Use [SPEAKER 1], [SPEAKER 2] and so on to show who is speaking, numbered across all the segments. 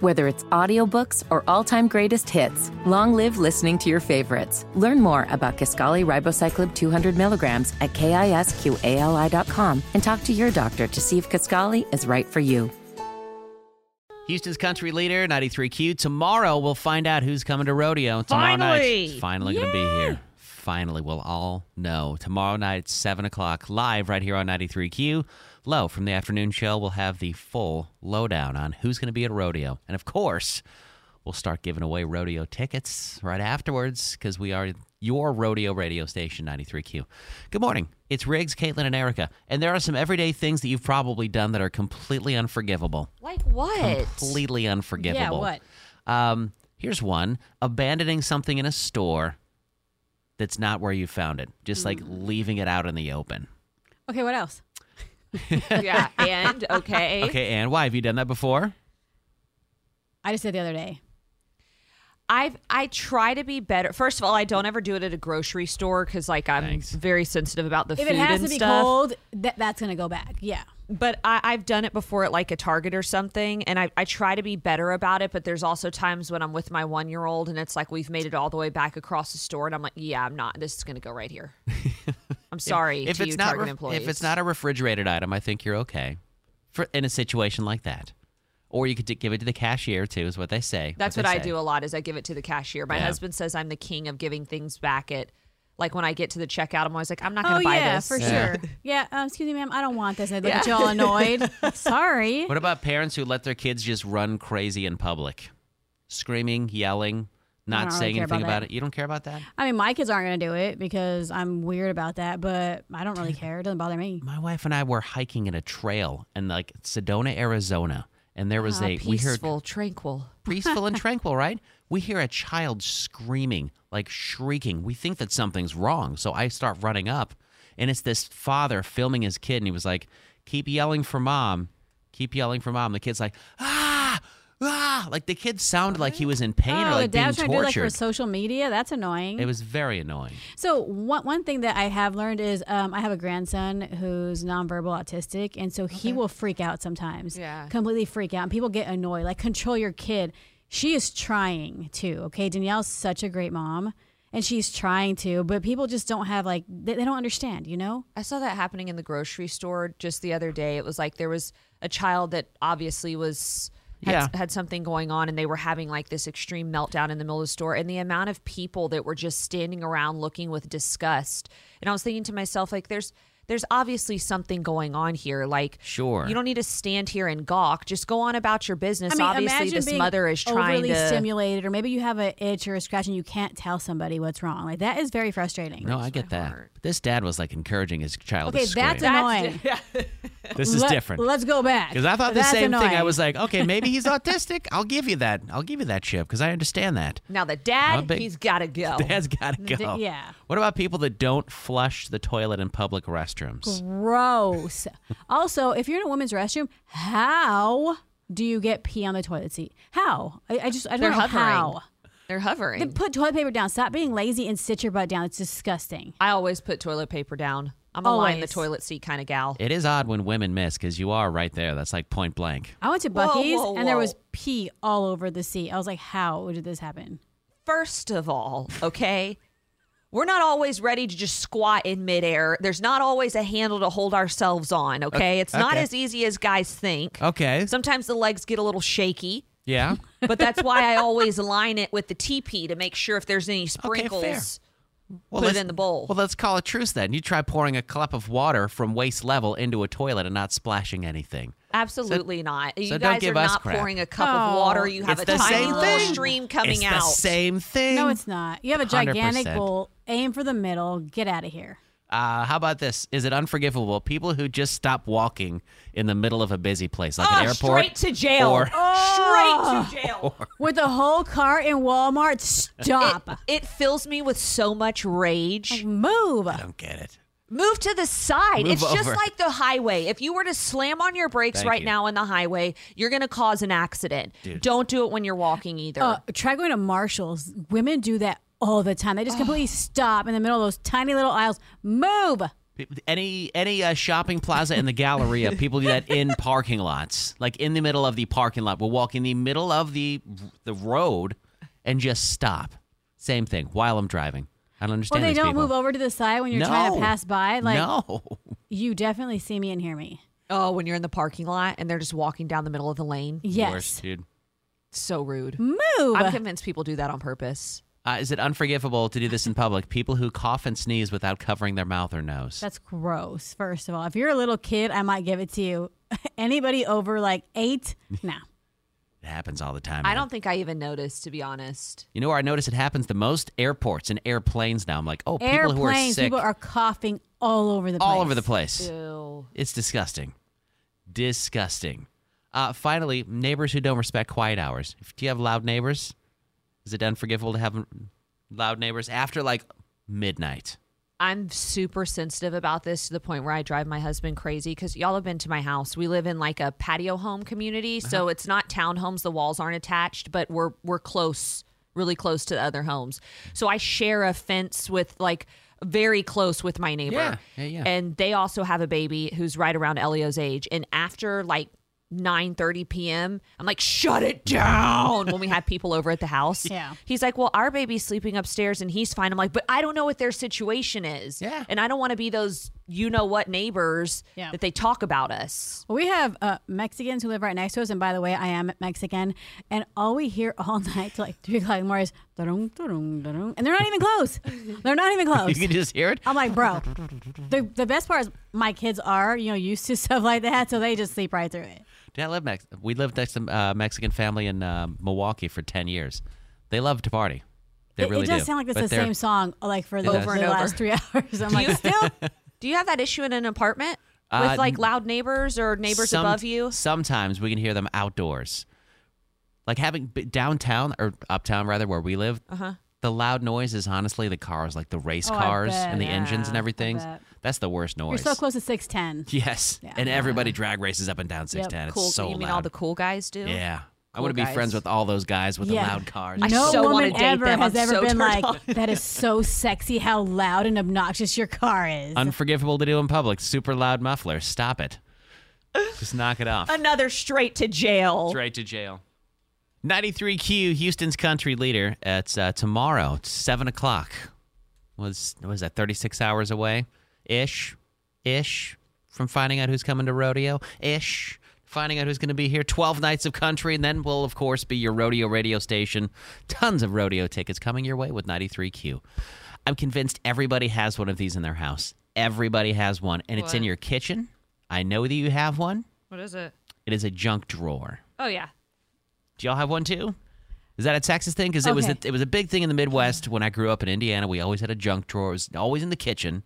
[SPEAKER 1] Whether it's audiobooks or all-time greatest hits, long live listening to your favorites. Learn more about Kaskali Ribocyclib 200 milligrams at kisqali.com and talk to your doctor to see if Kaskali is right for you.
[SPEAKER 2] Houston's country leader, 93Q. Tomorrow we'll find out who's coming to rodeo. Tomorrow
[SPEAKER 3] Finally!
[SPEAKER 2] night, finally going to be here. Finally, we'll all know. Tomorrow night, 7 o'clock, live right here on 93Q. Low from the afternoon show, we'll have the full lowdown on who's going to be at rodeo. And of course, we'll start giving away rodeo tickets right afterwards because we are your rodeo radio station 93q good morning it's riggs caitlin and erica and there are some everyday things that you've probably done that are completely unforgivable
[SPEAKER 3] Like what?
[SPEAKER 2] completely unforgivable
[SPEAKER 3] Yeah, what?
[SPEAKER 2] um, here's one: abandoning something in a store that's not where you found it, just like leaving it out in the open.
[SPEAKER 4] Okay, what else?
[SPEAKER 3] yeah, and okay.
[SPEAKER 2] Okay, and why have you done that before?
[SPEAKER 4] I just did the other day.
[SPEAKER 3] I've I try to be better. First of all, I don't ever do it at a grocery store because like I'm
[SPEAKER 2] Thanks.
[SPEAKER 3] very sensitive about the
[SPEAKER 4] If
[SPEAKER 3] food
[SPEAKER 4] it has
[SPEAKER 3] and
[SPEAKER 4] to be
[SPEAKER 3] stuff.
[SPEAKER 4] cold, that that's gonna go back. Yeah.
[SPEAKER 3] But I, I've done it before at like a Target or something, and I, I try to be better about it. But there's also times when I'm with my one year old, and it's like we've made it all the way back across the store, and I'm like, yeah, I'm not. This is gonna go right here. I'm sorry
[SPEAKER 2] if
[SPEAKER 3] to
[SPEAKER 2] it's
[SPEAKER 3] you,
[SPEAKER 2] not
[SPEAKER 3] Target
[SPEAKER 2] ref-
[SPEAKER 3] employees.
[SPEAKER 2] if it's not a refrigerated item, I think you're okay for in a situation like that. Or you could d- give it to the cashier too, is what they say.
[SPEAKER 3] That's
[SPEAKER 2] what
[SPEAKER 3] what
[SPEAKER 2] they
[SPEAKER 3] I
[SPEAKER 2] say.
[SPEAKER 3] do a lot is I give it to the cashier. My
[SPEAKER 2] Yeah.
[SPEAKER 3] husband says I'm the king of giving things back at like when I get to the checkout, I'm always like, I'm not gonna buy
[SPEAKER 4] Oh, yeah,
[SPEAKER 3] this.
[SPEAKER 4] for
[SPEAKER 2] Yeah.
[SPEAKER 4] sure. Yeah. Um, excuse me, ma'am. I don't want this. I look at
[SPEAKER 3] Yeah.
[SPEAKER 4] y'all annoyed. Sorry.
[SPEAKER 2] What about parents who let their kids just run crazy in public, screaming, yelling,
[SPEAKER 4] I
[SPEAKER 2] not
[SPEAKER 4] don't really
[SPEAKER 2] saying
[SPEAKER 4] care
[SPEAKER 2] anything
[SPEAKER 4] about
[SPEAKER 2] about
[SPEAKER 4] that.
[SPEAKER 2] it? You don't care about that?
[SPEAKER 4] I mean, my kids aren't gonna do it because I'm weird about that, but I don't really care. It doesn't bother me.
[SPEAKER 2] my wife and I were hiking in a trail in like Sedona, Arizona, and there was
[SPEAKER 3] Ah,
[SPEAKER 2] a we heard
[SPEAKER 3] peaceful, tranquil.
[SPEAKER 2] peaceful and tranquil, right? We hear a child screaming, like shrieking. We think that something's wrong, so I start running up, and it's this father filming his kid, and he was like, "Keep yelling for mom, keep yelling for mom." The kid's like, "Ah, ah!" Like the kid sounded like he was in pain or
[SPEAKER 4] oh, the
[SPEAKER 2] like being
[SPEAKER 4] dad's trying to do like for
[SPEAKER 2] tortured.
[SPEAKER 4] social media. That's annoying.
[SPEAKER 2] it was very annoying.
[SPEAKER 4] So one one thing that I have learned is um, I have a grandson who's nonverbal autistic, and so he will freak out sometimes.
[SPEAKER 3] Yeah.
[SPEAKER 4] completely freak out, and people get annoyed. Like, control your kid. She is trying to. Okay, Danielle's such a great mom, and she's trying to, but people just don't have like they, they don't understand. You know?
[SPEAKER 3] I saw that happening in the grocery store just the other day. It was like there was a child that obviously was had,
[SPEAKER 2] Yeah.
[SPEAKER 3] had something going on and they were having like this extreme meltdown in the middle of the store and the amount of people that were just standing around looking with disgust. And I was thinking to myself like there's there's obviously something going on here like
[SPEAKER 2] Sure.
[SPEAKER 3] you don't need to stand here and gawk just go on about your business obviously this mother is trying
[SPEAKER 4] overly
[SPEAKER 3] to
[SPEAKER 4] stimulated, or maybe you have an itch or a scratch, and you can't tell somebody what's wrong. Like that is very frustrating.
[SPEAKER 2] No, I get that. But this dad was like encouraging his child
[SPEAKER 4] Okay,
[SPEAKER 2] to scream.
[SPEAKER 4] that's annoying.
[SPEAKER 2] this is
[SPEAKER 4] Let-
[SPEAKER 2] different.
[SPEAKER 4] Let's go back
[SPEAKER 2] Because I thought the
[SPEAKER 4] That's
[SPEAKER 2] same thing. I
[SPEAKER 4] annoying.
[SPEAKER 2] was like, okay, maybe he's autistic. I'll give you that. I'll give you that chip because I understand that.
[SPEAKER 3] now the
[SPEAKER 2] I'm a
[SPEAKER 3] dad
[SPEAKER 2] big-
[SPEAKER 3] he's got to go.
[SPEAKER 2] Dad's got to go.
[SPEAKER 4] yeah.
[SPEAKER 2] What about people that don't flush the toilet in public restrooms?
[SPEAKER 4] Gross. also, if you're in a women's restroom, how do you get pee on the toilet seat? How? I, I just I don't
[SPEAKER 3] They're
[SPEAKER 4] know
[SPEAKER 3] hovering.
[SPEAKER 4] how.
[SPEAKER 3] They're hovering.
[SPEAKER 4] Then put toilet paper down. Stop being lazy and sit your butt down. It's disgusting.
[SPEAKER 3] I always put toilet paper down. I'm a line the
[SPEAKER 4] Always.
[SPEAKER 3] toilet seat kind of gal.
[SPEAKER 2] It is odd when women miss because you are right there. That's like point blank.
[SPEAKER 4] I went to
[SPEAKER 3] Whoa,
[SPEAKER 4] Bucky's
[SPEAKER 3] whoa,
[SPEAKER 4] and there was
[SPEAKER 3] whoa.
[SPEAKER 4] pee all over the seat. I was like, how did this happen?
[SPEAKER 3] First of all, okay, we're not always ready to just squat in midair. There's not always a handle to hold ourselves on. Okay, it's not
[SPEAKER 2] okay.
[SPEAKER 3] as easy as guys think.
[SPEAKER 2] Okay.
[SPEAKER 3] Sometimes the legs get a little shaky,
[SPEAKER 2] yeah.
[SPEAKER 3] but that's why I always align it with the teepee to make sure if there's any
[SPEAKER 2] fair.
[SPEAKER 3] sprinkles.
[SPEAKER 2] Well,
[SPEAKER 3] Put it
[SPEAKER 2] let's-
[SPEAKER 3] in the bowl.
[SPEAKER 2] Well, let's call a truce then. You try pouring a cup of water from waist level into a toilet and not splashing anything.
[SPEAKER 3] Absolutely not. You
[SPEAKER 2] so don't
[SPEAKER 3] guys
[SPEAKER 2] give
[SPEAKER 3] are
[SPEAKER 2] us
[SPEAKER 3] not
[SPEAKER 2] crap.
[SPEAKER 3] pouring a cup of water. You have
[SPEAKER 2] it's
[SPEAKER 3] a
[SPEAKER 2] the
[SPEAKER 3] tiny
[SPEAKER 2] same
[SPEAKER 3] little
[SPEAKER 2] thing.
[SPEAKER 3] stream coming
[SPEAKER 2] it's
[SPEAKER 3] out.
[SPEAKER 2] The same thing.
[SPEAKER 4] No, it's not. You have a gigantic
[SPEAKER 2] 100%.
[SPEAKER 4] bowl. Aim for the middle. Get out of here.
[SPEAKER 2] Uh, how about this? Is it unforgivable? People who just stop walking in the middle of a busy place, like an
[SPEAKER 3] Oh, straight
[SPEAKER 2] airport.
[SPEAKER 3] to jail.
[SPEAKER 2] or-
[SPEAKER 4] Oh.
[SPEAKER 3] Straight to jail.
[SPEAKER 4] With a whole cart in Walmart, stop.
[SPEAKER 3] It fills me with so much rage.
[SPEAKER 4] Move.
[SPEAKER 2] I don't get it.
[SPEAKER 3] Move to the side.
[SPEAKER 2] Move
[SPEAKER 3] it's just
[SPEAKER 2] over.
[SPEAKER 3] like the highway. If you were to slam on your brakes
[SPEAKER 2] Thank
[SPEAKER 3] right
[SPEAKER 2] you.
[SPEAKER 3] now in the highway, you're going to cause an accident. Don't do it when you're walking either.
[SPEAKER 4] Uh, try going to Marshalls. Women do that all the time. They just completely stop in the middle of those tiny little aisles. Move.
[SPEAKER 2] any any uh, shopping plaza in the Galleria, people do that in parking lots, like in the middle of the parking lot. We'll walk in the middle of the the road and just stop. Same thing while I'm driving. I don't
[SPEAKER 4] Well,
[SPEAKER 2] understand.
[SPEAKER 4] they
[SPEAKER 2] these
[SPEAKER 4] don't
[SPEAKER 2] people.
[SPEAKER 4] move over to the side when you're trying to
[SPEAKER 2] No.
[SPEAKER 4] pass by. Like
[SPEAKER 2] no,
[SPEAKER 4] you definitely see me and hear me.
[SPEAKER 3] Oh, when you're in the parking lot and they're just walking down the middle of the lane.
[SPEAKER 4] Yes.
[SPEAKER 2] Worst, dude.
[SPEAKER 3] So rude.
[SPEAKER 4] Move.
[SPEAKER 3] I'm convinced people do that on purpose.
[SPEAKER 2] Uh, is it unforgivable to do this in public? People who cough and sneeze without covering their mouth or nose.
[SPEAKER 4] That's gross. First of all, if you're a little kid, I might give it to you. Anybody over like eight? No.
[SPEAKER 2] it happens all the time.
[SPEAKER 3] I
[SPEAKER 2] man.
[SPEAKER 3] don't think I even noticed, to be honest.
[SPEAKER 2] You know where I notice it happens the most? Airports and airplanes now. I'm like, oh, people
[SPEAKER 4] Airplanes.
[SPEAKER 2] who are sick
[SPEAKER 4] people are coughing all over the place.
[SPEAKER 2] all over the place.
[SPEAKER 3] Ew.
[SPEAKER 2] It's disgusting. Disgusting. Uh, finally, neighbors who don't respect quiet hours. If- Do you have loud neighbors? Is it unforgivable to have loud neighbors after like midnight?
[SPEAKER 3] I'm super sensitive about this to the point where I drive my husband crazy because y'all have been to my house. We live in like a patio home community,
[SPEAKER 2] Uh-huh.
[SPEAKER 3] so it's not townhomes. The walls aren't attached, but we're we're close, really close to the other homes. So I share a fence with like very close with my neighbor.
[SPEAKER 2] Yeah, yeah, yeah.
[SPEAKER 3] And they also have a baby who's right around Elio's age. And after like 9 30 p.m., I'm like, shut it down when we have people over at the house.
[SPEAKER 4] Yeah.
[SPEAKER 3] He's like, well, our baby's sleeping upstairs and he's fine. I'm like, but I don't know what their situation is.
[SPEAKER 2] Yeah.
[SPEAKER 3] And I don't want to be those you know what neighbors
[SPEAKER 4] Yeah.
[SPEAKER 3] that they talk about us.
[SPEAKER 4] We have uh, Mexicans who live right next to us, and by the way, I am Mexican. And all we hear all night till like three o'clock in the morning is da-dung, da-dung, da-dung, and they're not even close. they're not even
[SPEAKER 2] You
[SPEAKER 4] close.
[SPEAKER 2] can just hear it.
[SPEAKER 4] I'm like, bro. The the best part is my kids are you know used to stuff like that, so they just sleep right through it.
[SPEAKER 2] Yeah, I live Mex- we lived next to a uh, Mexican family in uh, Milwaukee for 10 years. They love to party. They
[SPEAKER 4] it,
[SPEAKER 2] really
[SPEAKER 4] it does
[SPEAKER 2] do.
[SPEAKER 4] sound like it's
[SPEAKER 2] But
[SPEAKER 4] the
[SPEAKER 2] they're-
[SPEAKER 4] same song like for the,
[SPEAKER 2] does.
[SPEAKER 4] over
[SPEAKER 2] Over
[SPEAKER 4] the
[SPEAKER 3] and over.
[SPEAKER 4] last three hours. I'm like,
[SPEAKER 3] you-
[SPEAKER 4] still
[SPEAKER 3] Do you have that issue in an apartment with
[SPEAKER 2] Uh,
[SPEAKER 3] like loud neighbors or neighbors
[SPEAKER 2] Some-
[SPEAKER 3] above you?
[SPEAKER 2] Sometimes we can hear them outdoors. Like having b- downtown or uptown rather where we live, uh-huh. the loud noise is honestly the cars, like the race
[SPEAKER 4] Oh, I
[SPEAKER 2] cars
[SPEAKER 4] bet.
[SPEAKER 2] and the engines and
[SPEAKER 3] Yeah, I
[SPEAKER 2] everything.
[SPEAKER 4] bet.
[SPEAKER 2] That's the worst
[SPEAKER 4] you're
[SPEAKER 2] noise.
[SPEAKER 4] so close to six ten.
[SPEAKER 2] Yes. And everybody drag races up and down 610.
[SPEAKER 3] Cool.
[SPEAKER 2] It's so
[SPEAKER 3] you
[SPEAKER 2] loud.
[SPEAKER 3] mean all the cool guys do?
[SPEAKER 2] yeah. I
[SPEAKER 3] cool
[SPEAKER 2] want to be
[SPEAKER 3] guys.
[SPEAKER 2] friends with all those guys with the
[SPEAKER 4] Yeah.
[SPEAKER 2] loud cars.
[SPEAKER 3] I
[SPEAKER 4] No
[SPEAKER 3] so wanna
[SPEAKER 4] woman
[SPEAKER 3] date
[SPEAKER 4] ever
[SPEAKER 3] them.
[SPEAKER 4] has
[SPEAKER 3] I'm
[SPEAKER 4] ever
[SPEAKER 3] so
[SPEAKER 4] been
[SPEAKER 3] turned
[SPEAKER 4] like,
[SPEAKER 3] on.
[SPEAKER 4] that is so sexy how loud and obnoxious your car is.
[SPEAKER 2] Unforgivable to do in public. Super loud muffler. Stop it. Just knock it off.
[SPEAKER 3] Another straight to jail.
[SPEAKER 2] Straight to jail. 93Q, Houston's country leader. It's uh, tomorrow, it's 7 o'clock. Was, was that 36 hours away? Ish. Ish. From finding out who's coming to rodeo. Ish. Finding out who's going to be here. 12 nights of country. And then will, of course, be your rodeo radio station. Tons of rodeo tickets coming your way with 93Q. I'm convinced everybody has one of these in their house. Everybody has one. And it's in
[SPEAKER 3] What?
[SPEAKER 2] your kitchen. I know that you have one.
[SPEAKER 3] What is it?
[SPEAKER 2] It is a junk drawer.
[SPEAKER 3] Oh yeah.
[SPEAKER 2] Do y'all have one too? Is that a Texas thing? Because it was a,
[SPEAKER 4] Okay.
[SPEAKER 2] it was a big thing in the Midwest when I grew up in Indiana. We always had a junk drawer. It was always in the kitchen,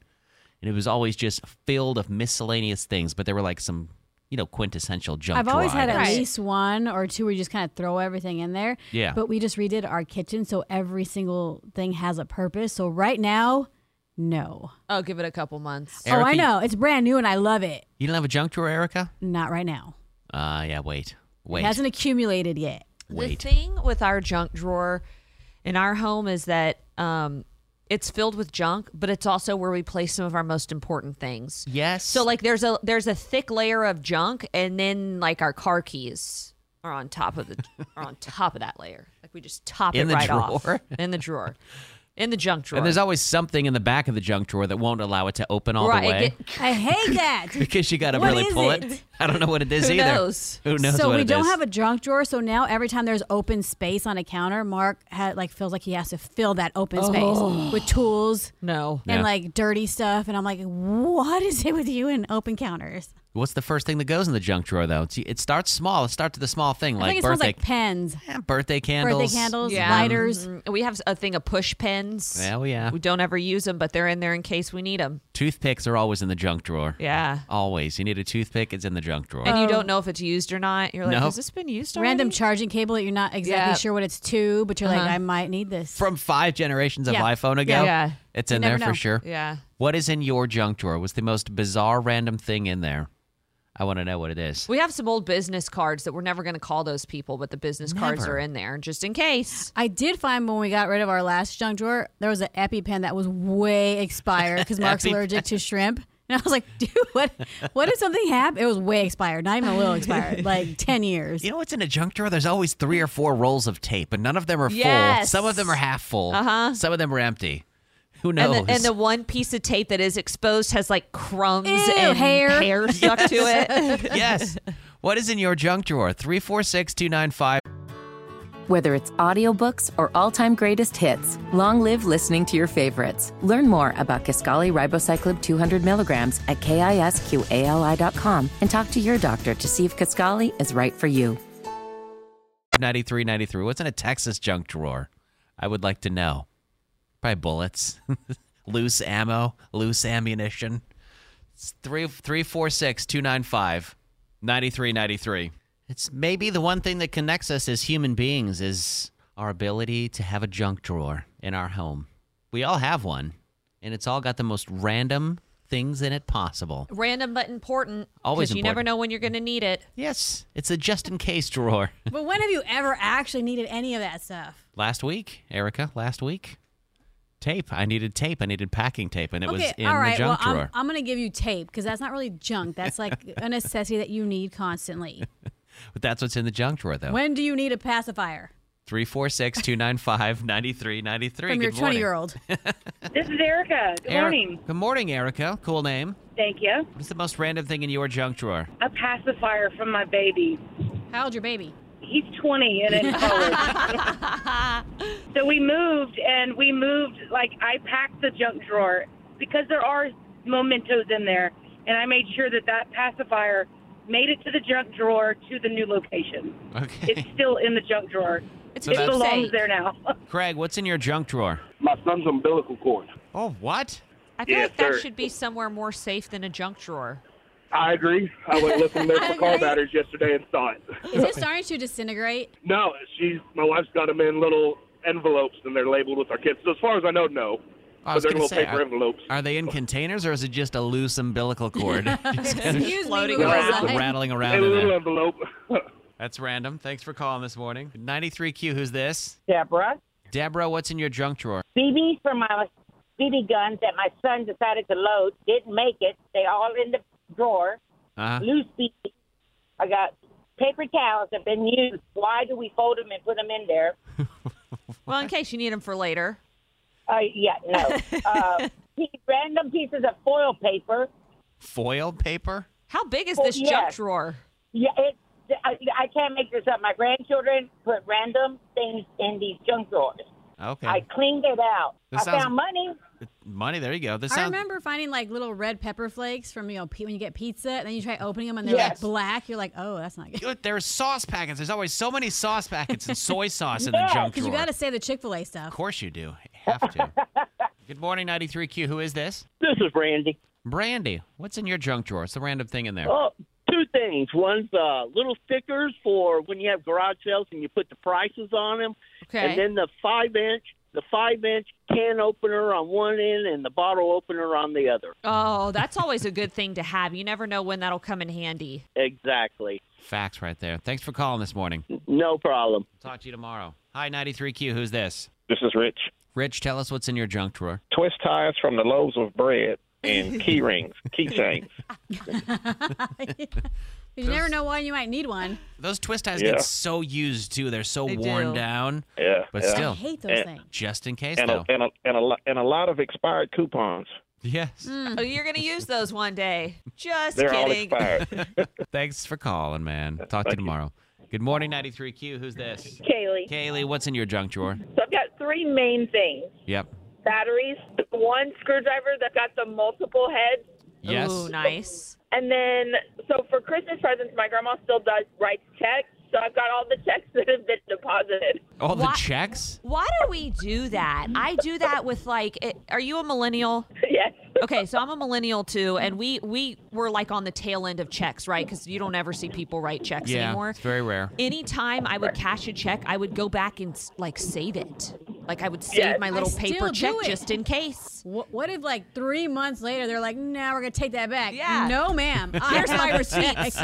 [SPEAKER 2] and it was always just filled of miscellaneous things. But there were like some you know quintessential junk.
[SPEAKER 4] I've
[SPEAKER 2] drawer
[SPEAKER 4] always had at
[SPEAKER 2] items.
[SPEAKER 3] Right.
[SPEAKER 4] least one or two where you just kind of throw everything in there.
[SPEAKER 2] Yeah.
[SPEAKER 4] But we just redid our kitchen, so every single thing has a purpose. So right now, no.
[SPEAKER 3] Oh, give it a couple months.
[SPEAKER 4] oh, I
[SPEAKER 2] Erica,
[SPEAKER 4] know. It's brand new and I love it.
[SPEAKER 2] You don't have a junk drawer, Erica?
[SPEAKER 4] Not right now.
[SPEAKER 2] Uh yeah. Wait, wait,
[SPEAKER 4] It hasn't accumulated yet.
[SPEAKER 2] wait.
[SPEAKER 3] The thing with our junk drawer in our home is that um, it's filled with junk, but it's also where we place some of our most important things.
[SPEAKER 2] yes.
[SPEAKER 3] So like there's a there's a thick layer of junk, and then like our car keys are on top of the are on top of that layer. Like we just top
[SPEAKER 2] In
[SPEAKER 3] it
[SPEAKER 2] the
[SPEAKER 3] right off
[SPEAKER 2] drawer?
[SPEAKER 3] in the drawer, in the junk drawer.
[SPEAKER 2] and there's always something in the back of the junk drawer that won't allow it to open all
[SPEAKER 3] right,
[SPEAKER 2] the
[SPEAKER 3] it
[SPEAKER 2] way.
[SPEAKER 3] get-
[SPEAKER 4] I hate that.
[SPEAKER 2] because you got to
[SPEAKER 4] What
[SPEAKER 2] really
[SPEAKER 4] is
[SPEAKER 2] pull
[SPEAKER 4] it?
[SPEAKER 2] I don't know what it is
[SPEAKER 3] Who
[SPEAKER 2] either.
[SPEAKER 3] knows?
[SPEAKER 2] Who knows
[SPEAKER 4] so
[SPEAKER 2] what
[SPEAKER 4] we
[SPEAKER 2] it
[SPEAKER 4] don't
[SPEAKER 2] is?
[SPEAKER 4] have a junk drawer. So now every time there's open space on a counter, Mark had, like feels like he has to fill that open space with tools
[SPEAKER 3] no.
[SPEAKER 2] Yeah.
[SPEAKER 4] and like dirty stuff. And I'm like, what is it with you and open counters?
[SPEAKER 2] What's the first thing that goes in the junk drawer though? It's, it starts small. It starts with the small thing
[SPEAKER 4] I
[SPEAKER 2] like
[SPEAKER 4] think it smells
[SPEAKER 2] birthday
[SPEAKER 4] like pens,
[SPEAKER 2] eh, birthday candles.
[SPEAKER 4] birthday candles,
[SPEAKER 3] Yeah.
[SPEAKER 4] lighters.
[SPEAKER 3] Mm, We have a thing of push pins.
[SPEAKER 2] Hell yeah.
[SPEAKER 3] We don't ever use them, but they're in there in case we need them.
[SPEAKER 2] Toothpicks are always in the junk drawer.
[SPEAKER 3] Yeah. Oh.
[SPEAKER 2] Always. You need a toothpick, it's in the junk drawer.
[SPEAKER 3] And you don't know if it's used or not. You're like,
[SPEAKER 2] No.
[SPEAKER 3] has this been used already?
[SPEAKER 4] Random charging cable that you're not exactly
[SPEAKER 3] Yeah.
[SPEAKER 4] sure what it's to, but you're like, I might need this.
[SPEAKER 2] Uh-huh. From five generations of
[SPEAKER 4] Yeah.
[SPEAKER 2] iPhone ago,
[SPEAKER 3] Yeah. Yeah.
[SPEAKER 2] it's
[SPEAKER 4] You
[SPEAKER 2] in there
[SPEAKER 4] never
[SPEAKER 2] for
[SPEAKER 4] know.
[SPEAKER 2] sure.
[SPEAKER 3] Yeah.
[SPEAKER 2] What is in your junk drawer? What's the most bizarre random thing in there? I want to know what it is.
[SPEAKER 3] We have some old business cards that we're never going to call those people, but the business cards
[SPEAKER 2] Never.
[SPEAKER 3] are in there just in case.
[SPEAKER 4] I did find when we got rid of our last junk drawer, there was an EpiPen that was way expired because Mark's allergic to shrimp. And I was like, dude, what? What if something happened? It was way expired, not even a little expired, like ten years.
[SPEAKER 2] You know what's in a junk drawer? There's always three or four rolls of tape, and none of them are full.
[SPEAKER 3] Yes.
[SPEAKER 2] Some of them are half full. Uh-huh. Some of them are empty. Who
[SPEAKER 3] And
[SPEAKER 2] knows?
[SPEAKER 3] the, and the one piece of tape that is exposed has like crumbs
[SPEAKER 4] Ew,
[SPEAKER 3] and
[SPEAKER 4] hair.
[SPEAKER 3] stuck to it.
[SPEAKER 2] yes. What is in your junk drawer? 346 295.
[SPEAKER 1] Whether it's audiobooks or all-time greatest hits, long live listening to your favorites. Learn more about Kaskali Ribocyclib 200 milligrams at kisqali.com and talk to your doctor to see if Kaskali is right for you.
[SPEAKER 2] 93 93. What's in a Texas junk drawer? I would like to know. Probably bullets, loose ammo, loose ammunition. It's 3 346 295 93 93. It's maybe the one thing that connects us as human beings is our ability to have a junk drawer in our home. We all have one, and it's all got the most random things in it possible.
[SPEAKER 3] Random but important.
[SPEAKER 2] Always
[SPEAKER 3] 'cause you never
[SPEAKER 2] important.
[SPEAKER 3] know when you're going to need it.
[SPEAKER 2] Yes, it's a just in case drawer.
[SPEAKER 4] But when have you ever actually needed any of that stuff?
[SPEAKER 2] last week, Erica. Last week, tape. I needed tape. I needed packing tape, and it was in
[SPEAKER 4] all right.
[SPEAKER 2] the junk
[SPEAKER 4] well,
[SPEAKER 2] drawer.
[SPEAKER 4] I'm, I'm going to give you tape because that's not really junk. That's like a necessity that you need constantly.
[SPEAKER 2] But that's what's in the junk drawer, though.
[SPEAKER 4] When do you need a pacifier
[SPEAKER 2] Three four six two nine five ninety three ninety three.
[SPEAKER 4] from your 20 year old?
[SPEAKER 5] This is Erica. Good morning.
[SPEAKER 2] Good morning, Erica. Cool name.
[SPEAKER 5] Thank you.
[SPEAKER 2] What's the most random thing in your junk drawer?
[SPEAKER 5] A pacifier from my baby.
[SPEAKER 4] How old your baby?
[SPEAKER 5] He's 20 and in college. so we moved, and we moved, like, I packed the junk drawer because there are mementos in there, and I made sure that that pacifier made it to the junk drawer to the new location.
[SPEAKER 6] Uh,
[SPEAKER 2] Okay,
[SPEAKER 5] It's still in the junk drawer.
[SPEAKER 3] It's
[SPEAKER 5] it
[SPEAKER 3] keepsake.
[SPEAKER 5] belongs there now.
[SPEAKER 2] Craig. What's in your junk drawer?
[SPEAKER 6] my son's umbilical cord.
[SPEAKER 2] Oh, what?
[SPEAKER 3] I feel
[SPEAKER 6] Yes,
[SPEAKER 3] like that
[SPEAKER 6] sir.
[SPEAKER 3] should be somewhere more safe than a junk drawer.
[SPEAKER 6] I agree. I went looking there for car batteries yesterday and saw it.
[SPEAKER 4] Is it starting to disintegrate?
[SPEAKER 6] No, she's my wife's got them in little envelopes and they're labeled with our kids. So as far as I know, no.
[SPEAKER 2] I
[SPEAKER 6] but
[SPEAKER 2] was
[SPEAKER 6] they're
[SPEAKER 2] gonna
[SPEAKER 6] little
[SPEAKER 2] say,
[SPEAKER 6] paper
[SPEAKER 2] are-
[SPEAKER 6] envelopes.
[SPEAKER 2] Are they in containers or is it just a loose umbilical cord just kind of
[SPEAKER 4] Excuse
[SPEAKER 3] floating
[SPEAKER 4] me. what was
[SPEAKER 3] around.
[SPEAKER 4] that?
[SPEAKER 2] rattling
[SPEAKER 6] A
[SPEAKER 2] around in
[SPEAKER 6] little um,
[SPEAKER 2] there?
[SPEAKER 6] envelope.
[SPEAKER 2] That's random. Thanks for calling this morning. 93Q. Who's this?
[SPEAKER 7] Deborah.
[SPEAKER 2] Deborah, what's in your junk drawer?
[SPEAKER 7] BBs from my BB guns that my son decided to load didn't make it. They all in the drawer.
[SPEAKER 2] Uh-huh.
[SPEAKER 7] Loose BBs. I got paper towels that have been used. Why do we fold them and put them in there?
[SPEAKER 3] Well, in case you need them for later.
[SPEAKER 7] Uh, yeah, no. uh, pe- random pieces of foil paper.
[SPEAKER 2] Foil paper?
[SPEAKER 3] How big is
[SPEAKER 7] Well,
[SPEAKER 3] this junk
[SPEAKER 7] yes.
[SPEAKER 3] drawer?
[SPEAKER 7] Yeah, it. I, I can't make this up. My grandchildren put random things in these junk drawers.
[SPEAKER 2] Okay.
[SPEAKER 7] I cleaned it out.
[SPEAKER 2] This Uh-huh.
[SPEAKER 7] I
[SPEAKER 2] sounds-
[SPEAKER 7] found money.
[SPEAKER 2] Money, there you go. This
[SPEAKER 4] I
[SPEAKER 2] sounds
[SPEAKER 4] remember finding like little red pepper flakes from you know pe- when you get pizza, and then you try opening them and they're like
[SPEAKER 7] Yes.
[SPEAKER 4] black. You're like, oh, that's not good.
[SPEAKER 2] Good, there's sauce packets. There's always so many sauce packets and soy sauce in the
[SPEAKER 7] Yeah,
[SPEAKER 2] junk
[SPEAKER 4] Because
[SPEAKER 2] drawer.
[SPEAKER 4] you got to say the Chick Fil A
[SPEAKER 2] Of
[SPEAKER 4] stuff.
[SPEAKER 2] course you do. Have to. Good morning, 93Q. Who is this?
[SPEAKER 8] This is Randy.
[SPEAKER 2] Brandy. What's in your junk drawer? It's the random thing in there.
[SPEAKER 8] Oh, two things. One's uh, little stickers for when you have garage sales and you put the prices on them,
[SPEAKER 3] Okay.
[SPEAKER 8] and then the five inch, the five inch can opener on one end and the bottle opener on the other.
[SPEAKER 3] oh, that's always a good thing to have. You never know when that'll come in handy.
[SPEAKER 8] Exactly.
[SPEAKER 2] Facts right there. Thanks for calling this morning.
[SPEAKER 8] No problem.
[SPEAKER 2] Talk to you tomorrow. Hi, 93Q. Who's this?
[SPEAKER 9] This is Rich.
[SPEAKER 2] Rich, tell us what's in your junk drawer.
[SPEAKER 9] Twist ties from the loaves of bread and key rings, keychains.
[SPEAKER 4] You never know when you might need one.
[SPEAKER 2] Those twist ties
[SPEAKER 9] Yeah.
[SPEAKER 2] get so used too. They're so
[SPEAKER 3] They
[SPEAKER 2] worn
[SPEAKER 3] do.
[SPEAKER 2] down.
[SPEAKER 9] Yeah,
[SPEAKER 2] But
[SPEAKER 9] yeah.
[SPEAKER 4] I
[SPEAKER 2] still,
[SPEAKER 4] hate those
[SPEAKER 9] Eh.
[SPEAKER 4] things.
[SPEAKER 2] just in case
[SPEAKER 9] and
[SPEAKER 2] though.
[SPEAKER 9] a, and a and a lo- and a lot of expired coupons.
[SPEAKER 2] Yes.
[SPEAKER 3] Oh, you're going to use those one day. Just
[SPEAKER 9] They're all
[SPEAKER 3] kidding.
[SPEAKER 9] expired.
[SPEAKER 2] Thanks for calling, man. Talk to you tomorrow. Good morning, 93Q. Who's this?
[SPEAKER 5] Kaylee.
[SPEAKER 2] Kaylee, what's in your junk drawer?
[SPEAKER 5] So I've got three main things
[SPEAKER 2] Yep.
[SPEAKER 5] batteries, one screwdriver that got the multiple heads.
[SPEAKER 2] Yes.
[SPEAKER 3] Ooh, nice.
[SPEAKER 5] And then, so for Christmas presents, my grandma still does writes checks. So I've got all the checks that have been deposited.
[SPEAKER 2] All the
[SPEAKER 3] Why-
[SPEAKER 2] checks?
[SPEAKER 3] Why do we do that? I do that with like, it, are you a millennial?
[SPEAKER 5] yes.
[SPEAKER 3] Okay, so I'm a millennial too, and we we were like on the tail end of checks, right? Because you don't ever see people write checks
[SPEAKER 2] Yeah.
[SPEAKER 3] anymore.
[SPEAKER 2] It's very rare.
[SPEAKER 3] Anytime I would cash a check, I would go back and s- like save it. Like I would save
[SPEAKER 5] Yes.
[SPEAKER 3] my little
[SPEAKER 4] I
[SPEAKER 3] paper
[SPEAKER 4] still do
[SPEAKER 3] check
[SPEAKER 4] it.
[SPEAKER 3] just in case.
[SPEAKER 4] What, what if like three months later they're like, no, nah, we're gonna take that back?
[SPEAKER 3] Yeah.
[SPEAKER 4] No, ma'am. Here's my receipts.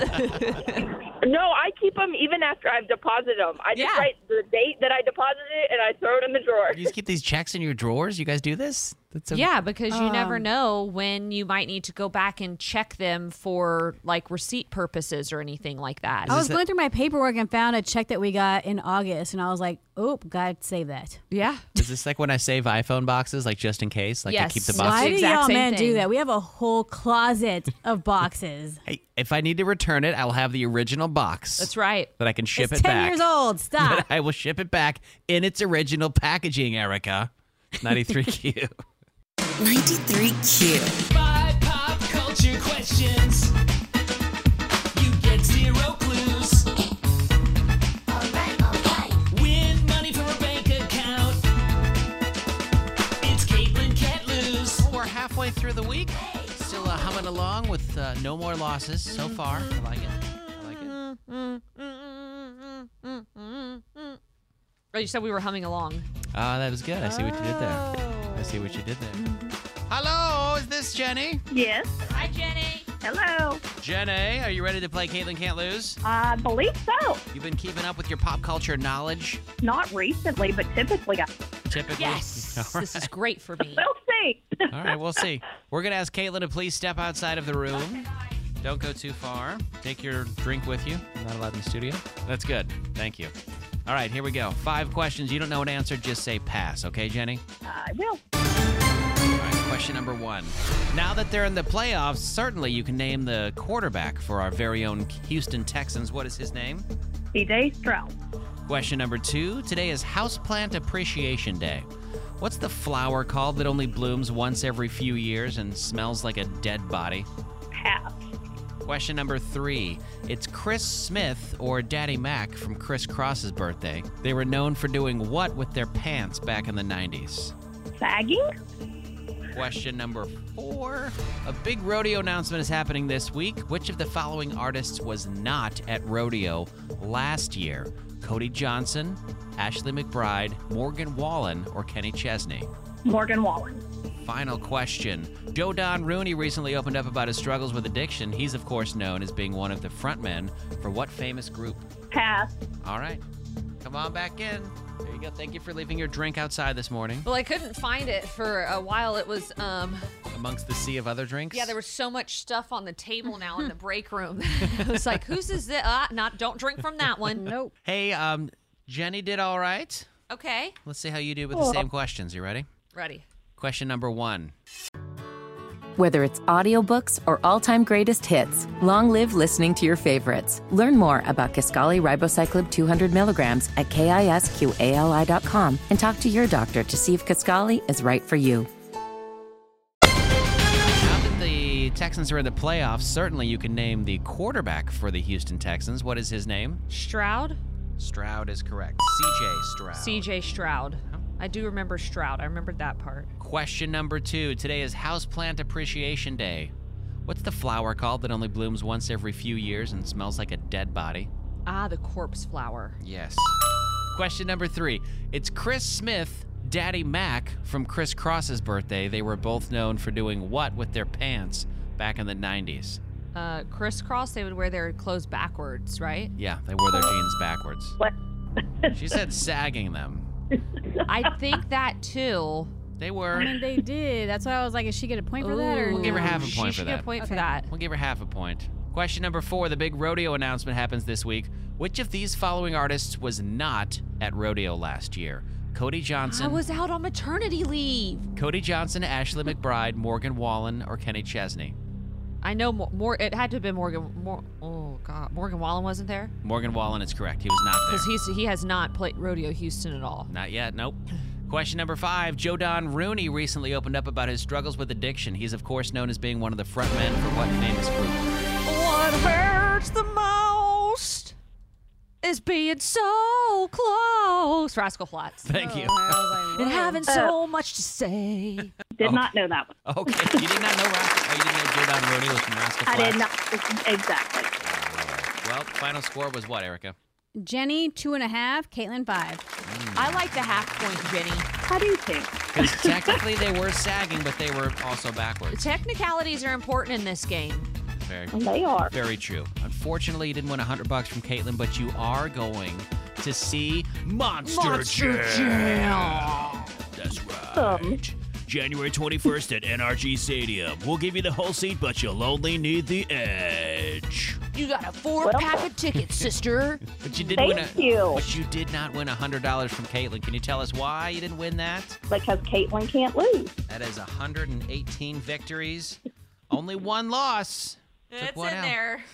[SPEAKER 5] No, I keep them even after I've deposited them. I just
[SPEAKER 3] Yeah.
[SPEAKER 5] write the date that I deposited it and I throw it in the drawer.
[SPEAKER 2] You just keep these checks in your drawers? You guys do this? That's a,
[SPEAKER 3] yeah, because you never know when you might need to go back and check them for like receipt purposes or anything like that.
[SPEAKER 4] I was going through my paperwork and found a check that we got in August, and I was like, "Oh, God, save that."
[SPEAKER 3] yeah.
[SPEAKER 2] Is this like when I save iPhone boxes, like just in case, like
[SPEAKER 3] Yes.
[SPEAKER 2] to keep the
[SPEAKER 3] Why
[SPEAKER 2] box?
[SPEAKER 4] Why do
[SPEAKER 3] exact
[SPEAKER 4] y'all
[SPEAKER 3] same
[SPEAKER 4] men do
[SPEAKER 3] thing.
[SPEAKER 4] that? We have a whole closet of boxes.
[SPEAKER 2] Hey, if I need to return it, I will have the original box.
[SPEAKER 3] That's right.
[SPEAKER 2] That I can ship
[SPEAKER 4] it's
[SPEAKER 2] it
[SPEAKER 4] ten
[SPEAKER 2] back.
[SPEAKER 4] years old. Stop.
[SPEAKER 2] But I will ship it back in its original packaging, Erica. 93Q.
[SPEAKER 10] 93Q.
[SPEAKER 11] Five
[SPEAKER 3] Oh,
[SPEAKER 11] pop culture questions. You get zero clues. Alright, alright. Win money from a bank account. It's Caitlin Catloose.
[SPEAKER 2] We're halfway through the week. Still uh, humming along with uh, no more losses so far. I like it. I like it.
[SPEAKER 3] Oh, you said we were humming along.
[SPEAKER 2] Ah, that was good. I see what you did there. I see what you did there. Hello, is this Jenny?
[SPEAKER 5] Yes.
[SPEAKER 3] Hi, Jenny.
[SPEAKER 5] Hello.
[SPEAKER 2] Jenny, are you ready to play Caitlin Can't Lose?
[SPEAKER 5] I believe so.
[SPEAKER 2] You've been keeping up with your pop culture knowledge,
[SPEAKER 5] Not recently, but typically I
[SPEAKER 2] typically.
[SPEAKER 3] Yes.
[SPEAKER 2] All right.
[SPEAKER 3] This is great for me.
[SPEAKER 5] will see.
[SPEAKER 2] All right, we'll see. We're going to ask Caitlin to please step outside of the room. Don't go too far. Take your drink with you. I'm not allowed in the studio. That's good. Thank you. All right, here we go. Five questions. You don't know an answer, just say pass, okay, Jenny?
[SPEAKER 5] I will.
[SPEAKER 2] All right, question number one. Now that they're in the playoffs, certainly you can name the quarterback for our very own Houston Texans. What is his name?
[SPEAKER 5] CJ Stroud.
[SPEAKER 2] Question number two. Today is Houseplant Appreciation Day. What's the flower called that only blooms once every few years and smells like a dead body?
[SPEAKER 5] Pass.
[SPEAKER 2] Question number three. It's Chris Smith or Daddy Mac from Chris Cross's birthday. They were known for doing what with their pants back in the 90s?
[SPEAKER 5] Sagging?
[SPEAKER 2] Question number four. A big rodeo announcement is happening this week. Which of the following artists was not at rodeo last year? Cody Johnson, Ashley McBride, Morgan Wallen, or Kenny Chesney?
[SPEAKER 5] Morgan Wallen.
[SPEAKER 2] Final question. Joe Don Rooney recently opened up about his struggles with addiction. He's, of course, known as being one of the frontmen for what famous group?
[SPEAKER 5] Pass.
[SPEAKER 2] All right. Come on back in. There you go. Thank you for leaving your drink outside this morning
[SPEAKER 3] Well, I couldn't find it for a while. It was, um,
[SPEAKER 2] amongst the sea of other drinks.
[SPEAKER 3] yeah, there was so much stuff on the table now in the break room. I was like, whose is this? Uh, not, don't drink from that one.
[SPEAKER 4] nope.
[SPEAKER 2] Hey, um, Jenny did all right.
[SPEAKER 3] Okay.
[SPEAKER 2] Let's see how you do with the same questions. You ready?
[SPEAKER 3] Ready.
[SPEAKER 2] Question number one.
[SPEAKER 1] Whether it's audiobooks or all-time greatest hits, long live listening to your favorites. Learn more about Kaskali Ribocyclib 200 milligrams at kisqali.com and talk to your doctor to see if Kaskali is right for you.
[SPEAKER 2] Now that the Texans are in the playoffs, certainly you can name the quarterback for the Houston Texans. What is his name?
[SPEAKER 3] Stroud?
[SPEAKER 2] Stroud is correct. CJ Stroud.
[SPEAKER 3] CJ Stroud. I do remember Stroud. I remembered that part.
[SPEAKER 2] Question number two. Today is Houseplant Appreciation Day. What's the flower called that only blooms once every few years and smells like a dead body?
[SPEAKER 3] Ah, the corpse flower.
[SPEAKER 2] Yes. Question number three. It's Chris Smith, Daddy Mac from Chris Cross's birthday. They were both known for doing what with their pants back in the 90s?
[SPEAKER 3] Uh, crisscross, they would wear their clothes backwards, right?
[SPEAKER 2] Yeah, they wore their jeans backwards.
[SPEAKER 5] What?
[SPEAKER 2] She said sagging them.
[SPEAKER 3] I think that too.
[SPEAKER 2] They were.
[SPEAKER 4] I mean, they did. That's why I was like, "Is she get a point for that?" Or
[SPEAKER 3] Ooh.
[SPEAKER 4] no?
[SPEAKER 2] give her half a
[SPEAKER 3] She
[SPEAKER 2] point for
[SPEAKER 3] should get
[SPEAKER 2] that.
[SPEAKER 3] a point for
[SPEAKER 4] Okay.
[SPEAKER 3] that.
[SPEAKER 2] We'll give her half a point. Question number four. The big rodeo announcement happens this week. Which of these following artists was not at rodeo last year? Cody
[SPEAKER 3] I
[SPEAKER 2] Johnson,
[SPEAKER 3] was out on maternity leave.
[SPEAKER 2] Cody Johnson, Ashley McBride, Morgan Wallen, or Kenny Chesney?
[SPEAKER 3] I know more. more it had to have been Morgan. More, oh God, Morgan Wallen wasn't there
[SPEAKER 2] Morgan Wallen is correct. He was not there.
[SPEAKER 3] because he's he has not played rodeo Houston at all.
[SPEAKER 2] Not yet, nope. Question number five. Joe Don Rooney recently opened up about his struggles with addiction. He's, of course, known as being one of the frontmen for what famous group?
[SPEAKER 3] What hurts the most is being so close. Rascal Flats.
[SPEAKER 2] Thank you.
[SPEAKER 4] Oh, I was like,
[SPEAKER 3] And
[SPEAKER 4] "Whoa."
[SPEAKER 3] having so much to say.
[SPEAKER 5] Did not know that one.
[SPEAKER 2] Okay, you did not know Rascal. Oh, you didn't know Joe Don Rooney was from Rascal
[SPEAKER 5] I
[SPEAKER 2] Flatts.
[SPEAKER 5] did not. Exactly.
[SPEAKER 2] Well, final score was what, Erica?
[SPEAKER 4] Jenny two and a half, Caitlin five.
[SPEAKER 3] I like the half point, Jenny.
[SPEAKER 5] How do you think?
[SPEAKER 2] Because technically they were sagging, but they were also backwards.
[SPEAKER 3] Technicalities are important in this game.
[SPEAKER 2] Very,
[SPEAKER 5] They are.
[SPEAKER 2] very true. Unfortunately, you didn't win 100 bucks from Caitlin, but you are going to
[SPEAKER 5] Um.
[SPEAKER 2] see Monster, Jam. That's right.
[SPEAKER 10] January 21st at NRG Stadium. We'll give you the whole seat, but you'll only need the edge.
[SPEAKER 3] You got a four pack of tickets, sister.
[SPEAKER 2] But you did
[SPEAKER 3] Thank
[SPEAKER 2] win a,
[SPEAKER 3] you.
[SPEAKER 2] But you did not win hundred dollars from Caitlin. Can you tell us why you didn't win that?
[SPEAKER 12] because Caitlin can't lose.
[SPEAKER 2] That is 118 victories, only one loss. Took
[SPEAKER 3] It's
[SPEAKER 2] one
[SPEAKER 3] in
[SPEAKER 2] out.
[SPEAKER 3] there.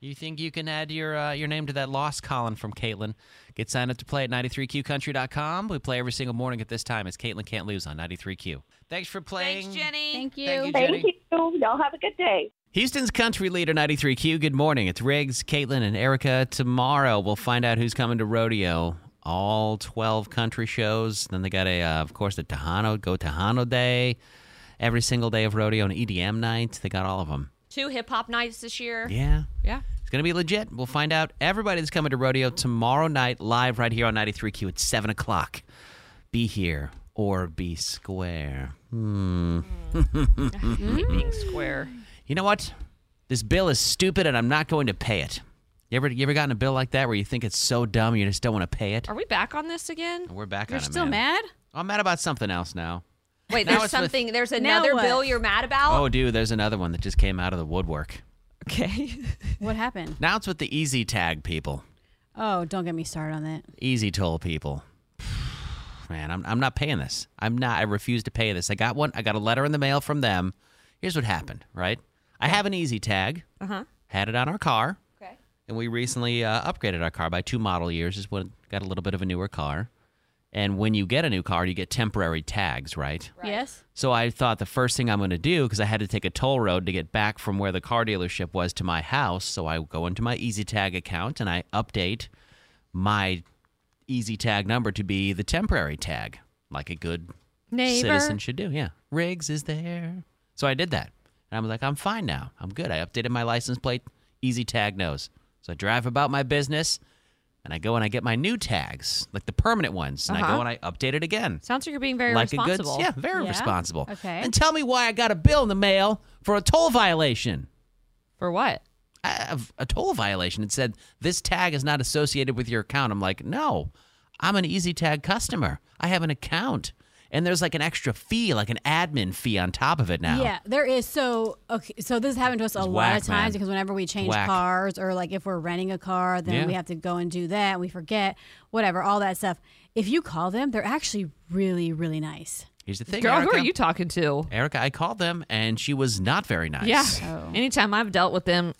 [SPEAKER 2] You think you can add your uh, your name to that loss column from Caitlin? Get signed up to play at 93QCountry.com. We play every single morning at this time as Caitlin can't lose on 93Q. Thanks for playing.
[SPEAKER 3] Jenny.
[SPEAKER 12] Thank you.
[SPEAKER 2] Thank you, Jenny.
[SPEAKER 12] you. Y'all have a good day.
[SPEAKER 2] Houston's country leader 93Q. Good morning. It's Riggs, Caitlin, and Erica. Tomorrow we'll find out who's coming to rodeo. All 12 country shows. Then they got a, uh, of course, the Tejano Go Tejano Day. Every single day of rodeo and E EDM nights. They got all of them.
[SPEAKER 3] Two hip hop nights this year.
[SPEAKER 2] Yeah.
[SPEAKER 3] Yeah.
[SPEAKER 2] It's going to be legit. We'll find out everybody that's coming to rodeo tomorrow night live right here on 93Q at 7 o'clock. Be here or be square. Hmm.
[SPEAKER 3] Being square.
[SPEAKER 2] You know what? This bill is stupid and I'm not going to pay it. You ever, you ever gotten a bill like that where you think it's so dumb you just don't want to pay it?
[SPEAKER 3] Are we back on this again?
[SPEAKER 2] We're back
[SPEAKER 3] You're
[SPEAKER 2] on it.
[SPEAKER 3] still
[SPEAKER 2] mad? I'm mad about something else now.
[SPEAKER 3] Wait,
[SPEAKER 2] Now
[SPEAKER 3] there's
[SPEAKER 2] it's with-
[SPEAKER 3] something. There's
[SPEAKER 4] Now
[SPEAKER 3] another
[SPEAKER 4] what?
[SPEAKER 3] bill you're mad about.
[SPEAKER 2] Oh, dude, there's another one that just came out of the woodwork.
[SPEAKER 3] Okay.
[SPEAKER 4] what happened?
[SPEAKER 2] Now it's with the easy tag people,
[SPEAKER 4] Oh, don't get me started on that.
[SPEAKER 2] easy toll people. Man, I'm, I'm not paying this. I'm not. I refuse to pay this. I got one. I got a letter in the mail from them. Here's what happened, right? I have an easy tag.
[SPEAKER 3] Uh huh.
[SPEAKER 2] had it on our car.
[SPEAKER 3] Okay.
[SPEAKER 2] And we recently uh, upgraded our car by two model years. Is when got a little bit of a newer car. And when you get a new car, you get temporary tags, right?
[SPEAKER 4] Yes.
[SPEAKER 2] So I thought the first thing I'm going to do because I had to take a toll road to get back from where the car dealership was to my house. So I go into my EasyTag account and I update my EasyTag number to be the temporary tag, like a good
[SPEAKER 11] Neighbor.
[SPEAKER 2] citizen should do. Yeah. Riggs is there. So I did that. And I'm like, I'm fine now. I'm good. I updated my license plate. Easy tag knows. So I drive about my business and I go and I get my new tags, like the permanent ones. And I
[SPEAKER 3] Uh-huh.
[SPEAKER 2] go and I update it again.
[SPEAKER 3] Sounds like you're being very
[SPEAKER 2] like
[SPEAKER 3] responsible.
[SPEAKER 2] A good, yeah, very
[SPEAKER 3] Yeah?
[SPEAKER 2] responsible.
[SPEAKER 3] Okay.
[SPEAKER 2] And tell me why I got a bill in the mail for a toll violation.
[SPEAKER 3] For what?
[SPEAKER 2] A, a toll violation. It said, this tag is not associated with your account. I'm like, no, I'm an Easy Tag customer. I have an account. And there's like an extra fee, like an admin fee on top of it now.
[SPEAKER 4] Yeah, there is. So okay, so this happened to us a lot
[SPEAKER 2] whack,
[SPEAKER 4] of times
[SPEAKER 2] man.
[SPEAKER 4] because whenever we change
[SPEAKER 2] Whack.
[SPEAKER 4] cars or like if we're renting a car, then
[SPEAKER 2] Yeah.
[SPEAKER 4] we have to go and do that. We forget whatever, all that stuff. If you call them, they're actually really, really nice.
[SPEAKER 2] Here's the thing,
[SPEAKER 4] Girl, who
[SPEAKER 2] Erica.
[SPEAKER 4] are you
[SPEAKER 3] talking to?
[SPEAKER 2] Erica, I called them and she was not very nice.
[SPEAKER 3] Yeah. Anytime I've dealt with them,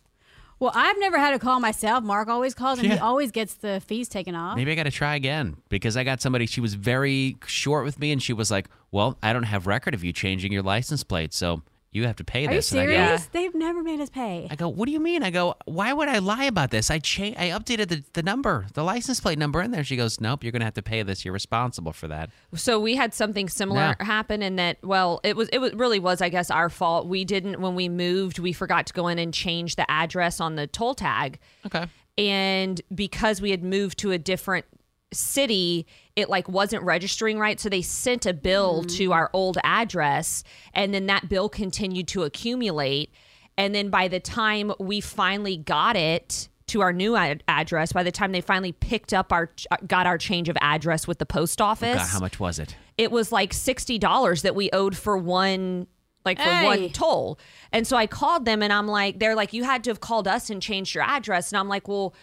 [SPEAKER 4] Well, I've never had a call myself. Mark always calls, and he always gets the fees taken off.
[SPEAKER 2] Maybe I got to try again because I got somebody. She was very short with me, and she was like, "Well, I don't have record of you changing your license plate, so you have to pay
[SPEAKER 4] Are you
[SPEAKER 2] this."
[SPEAKER 4] serious?
[SPEAKER 2] And I go,
[SPEAKER 4] They've never made us pay.
[SPEAKER 2] I go, "What do you mean?" I go, "Why would I lie about this? I cha- I updated the, the number, the license plate number in there." She goes, "Nope, you're gonna have to pay this. You're responsible for that."
[SPEAKER 3] So we had something similar
[SPEAKER 2] No.
[SPEAKER 3] happen in that well it was it was, really was I guess our fault. We didn't when we moved, we forgot to go in and change the address on the toll tag.
[SPEAKER 2] Okay.
[SPEAKER 3] And because we had moved to a different city, it like wasn't registering right, so they sent a bill to our old address and then that bill continued to accumulate and then by the time we finally got it to our new ad- address, by the time they finally picked up our got our change of address with the post
[SPEAKER 2] Oh,
[SPEAKER 3] office
[SPEAKER 2] God, how much was it?
[SPEAKER 3] it was like sixty dollars that we owed for one like for
[SPEAKER 2] Hey.
[SPEAKER 3] one toll. And so I called them and I'm like, they're like, you had to have called us and changed your address. And I'm like, well,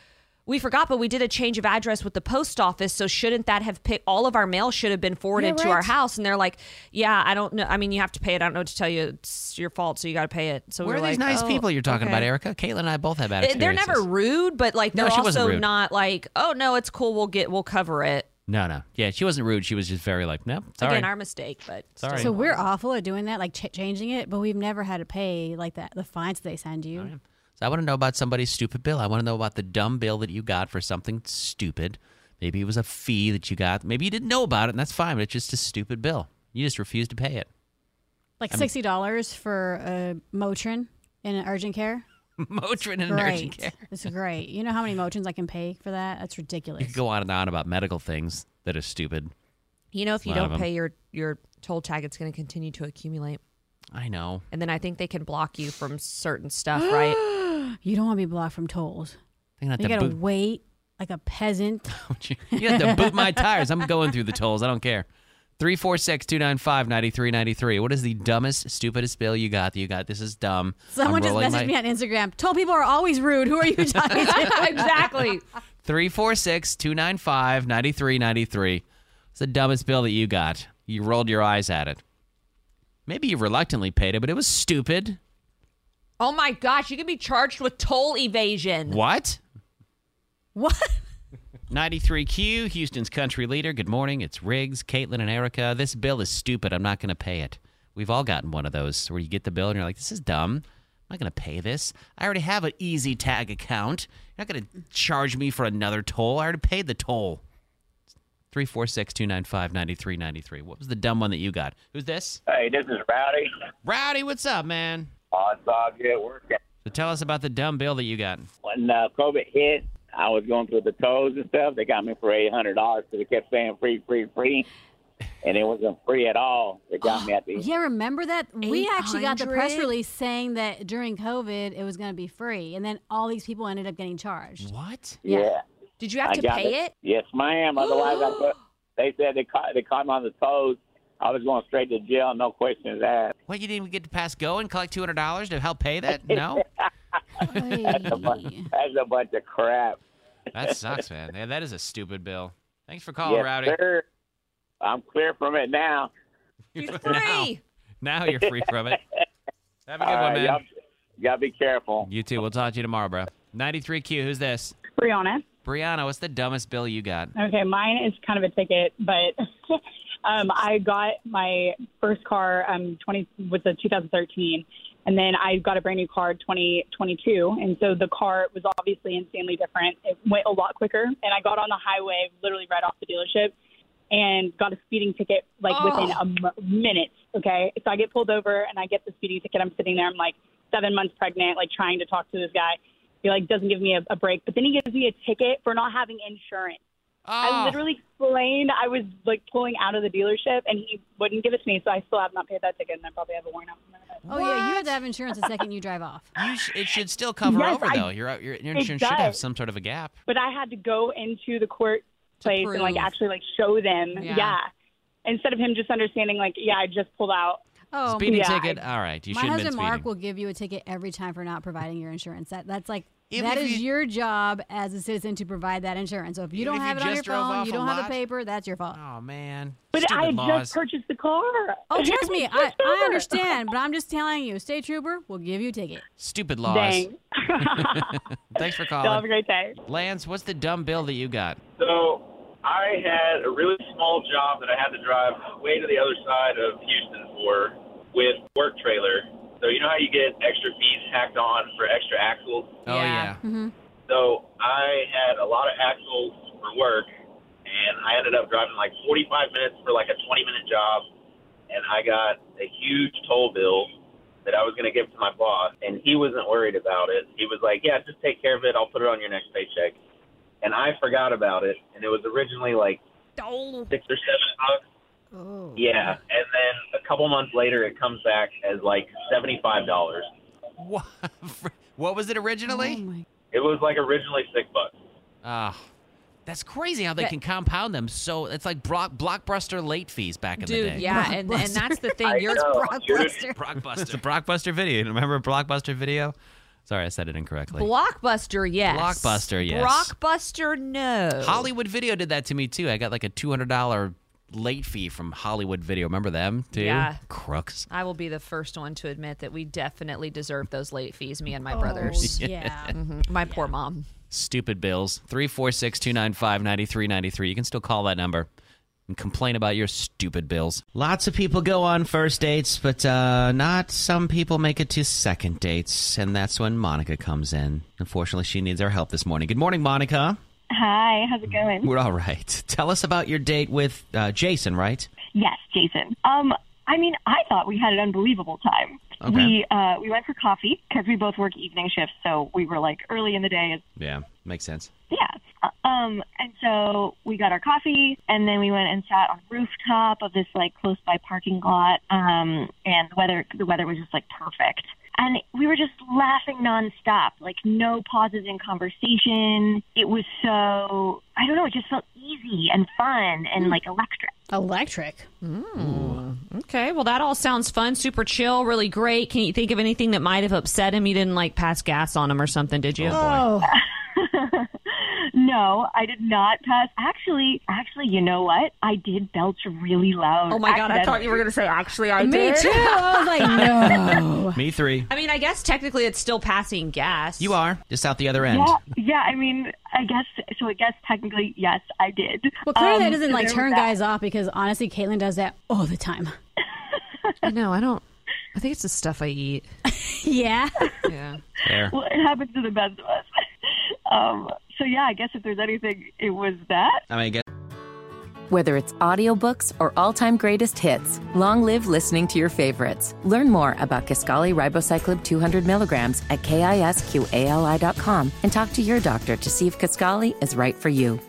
[SPEAKER 3] we forgot, but we did a change of address with the post office. So shouldn't that have picked all of our mail should have been forwarded
[SPEAKER 13] Yeah,
[SPEAKER 3] to our
[SPEAKER 13] right.
[SPEAKER 3] house? And they're like, yeah, I don't know. I mean, you have to pay it. I don't know what to tell you. It's your fault. So you got to pay it. So
[SPEAKER 2] Where
[SPEAKER 3] we
[SPEAKER 2] are
[SPEAKER 3] were
[SPEAKER 2] these
[SPEAKER 3] like,
[SPEAKER 2] nice
[SPEAKER 3] oh,
[SPEAKER 2] people you're talking about,
[SPEAKER 3] okay.
[SPEAKER 2] Erica? Caitlin and I both have bad
[SPEAKER 3] Uh, They're
[SPEAKER 2] experiences.
[SPEAKER 3] never rude, but like
[SPEAKER 2] No,
[SPEAKER 3] they're
[SPEAKER 2] she wasn't
[SPEAKER 3] also
[SPEAKER 2] rude.
[SPEAKER 3] not like, oh no, it's cool. We'll get, we'll cover it.
[SPEAKER 2] No, no, yeah, she wasn't rude. She was just very like, "Nope, sorry."
[SPEAKER 3] Again, our mistake, but still.
[SPEAKER 2] Sorry.
[SPEAKER 4] So we're awful at doing that, like ch- changing it, but we've never had to pay like that the fines they send
[SPEAKER 2] Oh,
[SPEAKER 4] you.
[SPEAKER 2] So I want to know about somebody's stupid bill. I want to know about the dumb bill that you got for something stupid. Maybe it was a fee that you got. Maybe you didn't know about it, and that's fine. But it's just a stupid bill. You just refuse to pay it.
[SPEAKER 4] Like
[SPEAKER 2] I mean-
[SPEAKER 4] sixty dollars for a Motrin in an urgent care.
[SPEAKER 2] Motrin in an
[SPEAKER 4] great.
[SPEAKER 2] urgent care.
[SPEAKER 4] It's great. You know how many Motrins I can pay for that? That's
[SPEAKER 2] You
[SPEAKER 4] ridiculous.
[SPEAKER 2] could go on and on about medical things that are stupid.
[SPEAKER 3] You know, if you
[SPEAKER 2] Lot of
[SPEAKER 3] don't
[SPEAKER 2] 'em.
[SPEAKER 3] pay your your toll tag, it's going to continue to accumulate,
[SPEAKER 2] I know.
[SPEAKER 3] and then I think they can block you from certain stuff, right?
[SPEAKER 4] you don't want to be blocked from tolls.
[SPEAKER 2] They're gonna have
[SPEAKER 4] You
[SPEAKER 2] to
[SPEAKER 4] gotta
[SPEAKER 2] boot-
[SPEAKER 4] wait like a peasant.
[SPEAKER 2] You have to boot my tires. I'm going through the tolls. I don't care. 346 295 9393. What is the dumbest, stupidest bill you got that you got? This is dumb. I'm
[SPEAKER 4] Someone just
[SPEAKER 2] rolling
[SPEAKER 4] messaged
[SPEAKER 2] my-
[SPEAKER 4] me on Instagram. Told people are always rude. Who are you talking to?
[SPEAKER 3] exactly.
[SPEAKER 2] 346 295 9393. It's the dumbest bill that you got. You rolled your eyes at it. Maybe you reluctantly paid it, but it was stupid.
[SPEAKER 3] Oh my gosh, you can be charged with toll evasion.
[SPEAKER 2] What?
[SPEAKER 4] What?
[SPEAKER 2] 93Q, Houston's country leader. Good morning. It's Riggs, Caitlin, and Erica. This bill is stupid. I'm not going to pay it. We've all gotten one of those where you get the bill and you're like, this is dumb. I'm not going to pay this. I already have an easy tag account. You're not going to charge me for another toll. I already paid the toll. 346 295 9393. What was the dumb one that you got? Who's this?
[SPEAKER 13] Hey, this is Rowdy.
[SPEAKER 2] Rowdy, what's up, man?
[SPEAKER 13] Oh, it's all good. Working.
[SPEAKER 2] So tell us about the dumb bill that you got.
[SPEAKER 13] When uh, COVID hit, I was going through the tolls and stuff. They got me for eight hundred dollars because they kept saying free, free, free, and it wasn't free at all. They got me at the
[SPEAKER 4] Yeah, remember that? We actually got the press
[SPEAKER 3] 800?
[SPEAKER 4] release saying that during COVID it was going to be free, and then all these people ended up getting charged.
[SPEAKER 2] What?
[SPEAKER 13] yeah.
[SPEAKER 3] Did
[SPEAKER 13] I got Yes, ma'am. Otherwise, I could, they said they caught they caught me on the toes. I was going straight to jail, no questions asked.
[SPEAKER 2] What, you didn't even get to pass go and collect $200 to help pay that? No?
[SPEAKER 13] That's a bunch, that's a bunch of crap.
[SPEAKER 2] That sucks, man. Yeah, that is a stupid bill. Thanks for calling,
[SPEAKER 13] Yes,
[SPEAKER 2] Rowdy.
[SPEAKER 13] sir. I'm clear from it now.
[SPEAKER 2] He's free. Now, you're free from it. Have a good
[SPEAKER 13] All
[SPEAKER 2] one,
[SPEAKER 13] right,
[SPEAKER 2] Oh, man.
[SPEAKER 13] y'all- y'all be careful.
[SPEAKER 2] You too. We'll talk to you tomorrow, bro. 93Q, who's this?
[SPEAKER 14] Brianna.
[SPEAKER 2] Brianna, what's the dumbest bill you got?
[SPEAKER 14] Okay, mine is kind of a ticket, but um, I got my first car um, 20 was a 2013, and then I got a brand new car 2022, and so the car was obviously insanely different. It went a lot quicker, and I got on the highway literally right off the dealership and got a speeding ticket like
[SPEAKER 15] Oh.
[SPEAKER 14] within a m- minute. Okay, so I get pulled over and I get the speeding ticket. I'm sitting there, I'm like seven months pregnant, like trying to talk to this guy. He like doesn't give me a, a break, but then he gives me a ticket for not having insurance.
[SPEAKER 2] Oh,
[SPEAKER 4] Ah.
[SPEAKER 14] I literally explained I was like pulling out of the dealership, and he wouldn't give it to me, so I still have not paid that ticket, and I probably have a warrant out. for that.
[SPEAKER 4] Oh yeah, you have to have insurance the second you drive off.
[SPEAKER 2] You sh- it should still cover
[SPEAKER 14] Yes,
[SPEAKER 2] over,
[SPEAKER 14] I-
[SPEAKER 2] though. Your, your, your
[SPEAKER 14] It
[SPEAKER 2] insurance should have
[SPEAKER 14] does.
[SPEAKER 2] some sort of a gap.
[SPEAKER 14] But I had to go into the court place and like
[SPEAKER 2] prove.
[SPEAKER 14] actually like show them,
[SPEAKER 2] Yeah.
[SPEAKER 14] yeah. Instead of him just understanding like, yeah, I just pulled out.
[SPEAKER 4] Oh,
[SPEAKER 2] Speeding
[SPEAKER 14] yeah,
[SPEAKER 2] ticket? All right. You
[SPEAKER 4] My
[SPEAKER 2] shouldn't have
[SPEAKER 4] husband
[SPEAKER 2] been speeding.
[SPEAKER 4] Mark will give you a ticket every time for not providing your insurance. That that's like
[SPEAKER 2] Even
[SPEAKER 4] that
[SPEAKER 2] if
[SPEAKER 4] is your job as a citizen to provide that insurance. So if you
[SPEAKER 2] Even
[SPEAKER 4] don't
[SPEAKER 2] if
[SPEAKER 4] have
[SPEAKER 2] you
[SPEAKER 4] it on your
[SPEAKER 2] just drove
[SPEAKER 4] phone,
[SPEAKER 2] off
[SPEAKER 4] you
[SPEAKER 2] a
[SPEAKER 4] don't have
[SPEAKER 2] lot?
[SPEAKER 4] the paper, that's your fault.
[SPEAKER 2] Oh, man.
[SPEAKER 14] But I
[SPEAKER 2] Stupid
[SPEAKER 14] had
[SPEAKER 2] laws.
[SPEAKER 14] just purchased the car.
[SPEAKER 4] Oh, trust me, I,
[SPEAKER 14] Just
[SPEAKER 4] I
[SPEAKER 14] over.
[SPEAKER 4] understand, but I'm just telling you, state trooper will give you a ticket.
[SPEAKER 2] Stupid laws.
[SPEAKER 4] Dang.
[SPEAKER 2] Thanks for
[SPEAKER 14] Y'all have a
[SPEAKER 2] calling.
[SPEAKER 14] great day.
[SPEAKER 2] Lance, what's the dumb bill that you got?
[SPEAKER 16] So I had a really small job that I had to drive way to the other side of Houston for with work trailer. So you know how you get extra fees tacked on for extra axles?
[SPEAKER 2] Oh, yeah.
[SPEAKER 16] So I had a lot of axles for work, and I ended up driving like 45 minutes for like a 20 minute job, and I got a huge toll bill that I was going to give to my boss, and he wasn't worried about it. He was like, "Yeah, just take care of it. I'll put it on your next paycheck." And I forgot about it, and it was originally like six or seven bucks.
[SPEAKER 4] Oh.
[SPEAKER 16] Yeah, and then a couple months later, it comes back as like seventy-five dollars.
[SPEAKER 2] What, what was it
[SPEAKER 4] Oh
[SPEAKER 2] originally?
[SPEAKER 16] It was like originally six bucks.
[SPEAKER 2] Ah, that's crazy how they
[SPEAKER 3] That-
[SPEAKER 2] can compound them. So it's like block blockbuster late fees back in the
[SPEAKER 3] Dude,
[SPEAKER 2] day.
[SPEAKER 3] yeah, and, and that's the thing. You're
[SPEAKER 2] Blockbuster. Blockbuster. It's a blockbuster video. Remember blockbuster video? Sorry, I said it incorrectly.
[SPEAKER 3] Blockbuster, yes.
[SPEAKER 2] Blockbuster, yes.
[SPEAKER 3] Blockbuster, no.
[SPEAKER 2] Hollywood Video did that to me too. I got like a two hundred dollar late fee from Hollywood Video. Remember them too?
[SPEAKER 3] Yeah.
[SPEAKER 2] Crooks.
[SPEAKER 3] I will be the first one to admit that we definitely deserve those late fees, me and my brothers.
[SPEAKER 2] Oh, yeah.
[SPEAKER 3] Mhm. My poor mom.
[SPEAKER 2] Stupid bills. Three four six two nine five ninety three ninety three. You can still call that number and complain about your stupid bills. Lots of people go on first dates, but uh, not some people make it to second dates, and that's when Monica comes in. Unfortunately, she needs our help this morning. Good morning, Monica.
[SPEAKER 17] Hi, how's it going?
[SPEAKER 2] We're all right. Tell us about your date with uh, Jason, right?
[SPEAKER 17] Yes, Jason. Um, I mean, I thought we had an unbelievable time.
[SPEAKER 2] Okay.
[SPEAKER 17] We uh, we went for coffee because we both work evening shifts, so we were like early in the day.
[SPEAKER 2] Yeah, makes sense.
[SPEAKER 17] Yeah. Um, and so we got our coffee, and then we went and sat on the rooftop of this like close by parking lot. Um, and the weather the weather was just like perfect, and we were just laughing nonstop, like no pauses in conversation. It was so I don't know, it just felt easy and fun and like electric.
[SPEAKER 4] Electric.
[SPEAKER 3] Okay, well, that all sounds fun, super chill, really great. Can you think of anything that might have upset him? You didn't like pass gas on him or something, did you?
[SPEAKER 17] Oh, no, I did not pass. Actually, actually, you know what? I did belch really loud.
[SPEAKER 3] Oh my god, I thought
[SPEAKER 17] accidentally.
[SPEAKER 3] you were going to say actually I
[SPEAKER 17] Me
[SPEAKER 3] did.
[SPEAKER 17] too. I was like,
[SPEAKER 2] Um,
[SPEAKER 17] no.
[SPEAKER 2] Oh. Me three.
[SPEAKER 3] I mean, I guess technically it's still passing gas.
[SPEAKER 2] You are just out the other end.
[SPEAKER 17] Yeah, yeah. I mean, I guess so. I guess technically, yes, I did.
[SPEAKER 4] Well, clearly
[SPEAKER 17] Um,
[SPEAKER 4] that doesn't
[SPEAKER 17] so
[SPEAKER 4] like
[SPEAKER 17] there
[SPEAKER 4] turn
[SPEAKER 17] was that.
[SPEAKER 4] guys off because honestly, Caitlin does that all the time.
[SPEAKER 3] I know. I don't. I think it's the stuff I eat.
[SPEAKER 4] yeah.
[SPEAKER 3] Yeah.
[SPEAKER 2] Fair.
[SPEAKER 17] Well, it happens to the best of us. Um, so yeah, I guess if there's anything, it was that.
[SPEAKER 2] I mean, I guess.
[SPEAKER 1] Whether it's audiobooks or all-time greatest hits, long live listening to your favorites. Learn more about Kaskali Ribocyclib 200 milligrams at kisqali.com and talk to your doctor to see if Kaskali is right for you.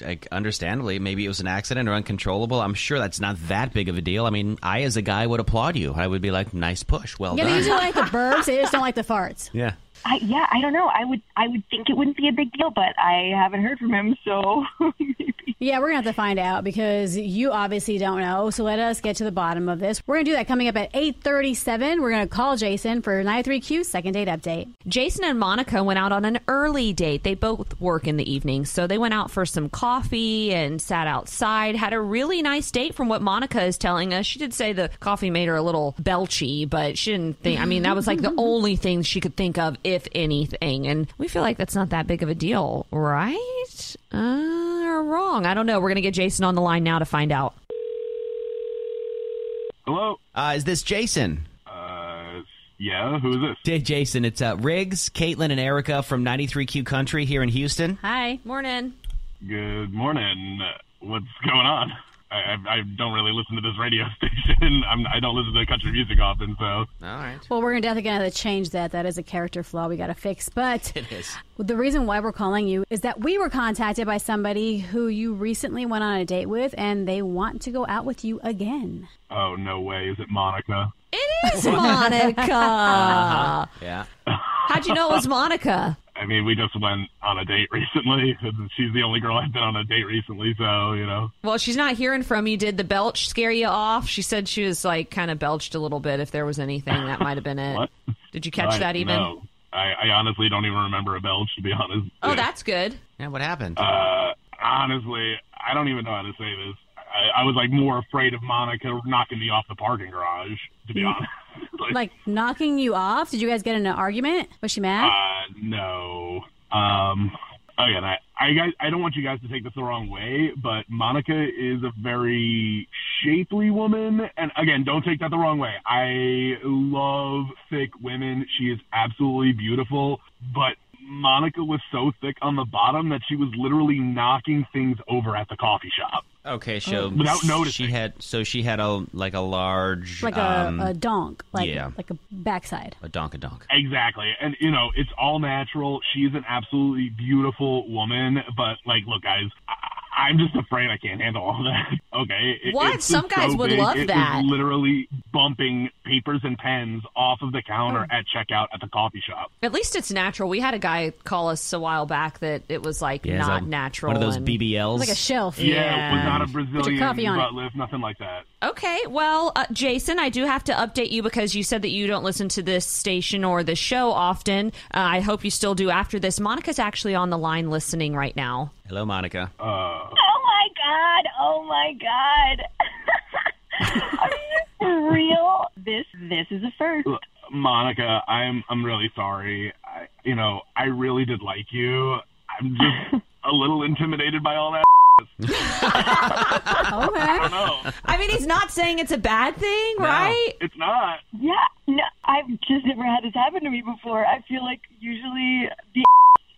[SPEAKER 2] Like, understandably, maybe it was an accident or uncontrollable. I'm sure that's not that big of a deal. I mean, I as a guy would applaud you. I would be like, nice push, well
[SPEAKER 4] yeah, they
[SPEAKER 2] done.
[SPEAKER 4] usually like the burps. They just don't like the farts.
[SPEAKER 2] yeah.
[SPEAKER 17] I, yeah, I don't know. I would, I would think it wouldn't be a big deal, but I haven't heard from him, so
[SPEAKER 4] Yeah, we're going to have to find out because you obviously don't know. So let us get to the bottom of this. We're going to do that coming up at 837. We're going to call Jason for 93Q's second date update.
[SPEAKER 3] Jason and Monica went out on an early date. They both work in the evening, so they went out for some coffee and sat outside. Had a really nice date from what Monica is telling us. She did say the coffee made her a little belchy, but she didn't think I mean that was like the only thing she could think of if anything. And we feel like that's not that big of a deal, right? Uh, or wrong. I don't know. We're going to get Jason on the line now to find out.
[SPEAKER 2] Hello. Uh, is this Jason? Uh, yeah. Who is this? Hey, Jason. It's uh, Riggs, Caitlin, and Erica from 93Q Country here in Houston.
[SPEAKER 4] Hi.
[SPEAKER 3] Morning.
[SPEAKER 15] Good morning. What's going on? I, I, I don't really listen to this radio station. I'm, I don't listen to country music often, so. All
[SPEAKER 2] right.
[SPEAKER 4] Well, we're gonna definitely going to change that. That is a character flaw we got to fix. But
[SPEAKER 2] It is.
[SPEAKER 4] the reason why we're calling you is that we were contacted by somebody who you recently went on a date with and they want to go out with you again.
[SPEAKER 15] Oh, no way. Is it Monica?
[SPEAKER 3] It is Monica.
[SPEAKER 2] Yeah.
[SPEAKER 3] How'd you know it was Monica?
[SPEAKER 15] I mean, we just went on a date recently. She's the only girl I've been on a date recently, so, you know.
[SPEAKER 3] Well, she's not hearing from you. Did the belch scare you off? She said she was like kind of belched a little bit. If there was anything, that might have been it.
[SPEAKER 15] What?
[SPEAKER 3] Did you catch
[SPEAKER 15] I-
[SPEAKER 3] that even?
[SPEAKER 15] No. I, I honestly don't even remember a belch, to be honest.
[SPEAKER 3] Oh, that's good.
[SPEAKER 2] Yeah, what happened?
[SPEAKER 15] Uh, honestly, I don't even know how to say this. I, I was, like, more afraid of Monica knocking me off the parking garage, to
[SPEAKER 3] Mm.
[SPEAKER 15] be honest.
[SPEAKER 4] Like knocking you off? Did you guys get in an argument? Was she mad?
[SPEAKER 15] Uh, no. Um, again, I, I, guys, I don't want you guys to take this the wrong way, but Monica is a very shapely woman. And again, don't take that the wrong way. I love thick women. She is absolutely beautiful, but Monica was so thick on the bottom that she was literally knocking things over at the coffee shop.
[SPEAKER 2] Okay, so
[SPEAKER 15] Oh. Without noticing.
[SPEAKER 2] she had so she had a like a large
[SPEAKER 4] like a,
[SPEAKER 2] um,
[SPEAKER 4] a donk, like
[SPEAKER 2] yeah.
[SPEAKER 4] like a backside.
[SPEAKER 2] a donk a donk.
[SPEAKER 15] Exactly. And, you know, it's all natural. She's an absolutely beautiful woman. But, like, look, guys, I- I'm just afraid I can't handle all that. Okay. it-
[SPEAKER 3] What?
[SPEAKER 15] it's
[SPEAKER 3] Some
[SPEAKER 15] just
[SPEAKER 3] guys
[SPEAKER 15] so
[SPEAKER 3] would
[SPEAKER 15] big.
[SPEAKER 3] love
[SPEAKER 15] It was
[SPEAKER 3] that.
[SPEAKER 15] literally bumping papers and pens off of the counter
[SPEAKER 3] Oh.
[SPEAKER 15] at checkout at the coffee shop.
[SPEAKER 3] At least it's natural. We had a guy call us a while back that it was like
[SPEAKER 2] Yeah, it's
[SPEAKER 3] not
[SPEAKER 2] a-
[SPEAKER 3] natural.
[SPEAKER 2] One of those
[SPEAKER 3] and-
[SPEAKER 2] BBLs.
[SPEAKER 15] Yeah, it was
[SPEAKER 2] Yeah.
[SPEAKER 15] not a
[SPEAKER 2] Put your
[SPEAKER 15] Brazilian
[SPEAKER 3] coffee on it.
[SPEAKER 15] butt lift, nothing like that.
[SPEAKER 3] Okay, well, uh, Jason, I do have to update you because you said that you don't listen to this station or the show often. Uh, I hope you still do after this. Monica's actually on the line listening right now.
[SPEAKER 2] Hello, Monica.
[SPEAKER 15] Uh,
[SPEAKER 17] Oh my god! Oh my god! Are you for real? This this is a first.
[SPEAKER 15] Look, Monica, I'm I'm really sorry. I, you know, I really did like you. I'm just a little intimidated by all that.
[SPEAKER 4] okay. I
[SPEAKER 15] don't know.
[SPEAKER 3] I mean, he's not saying it's a bad thing, right?
[SPEAKER 15] It's not.
[SPEAKER 17] Yeah, no, I've just never had this happen to me before. I feel like usually the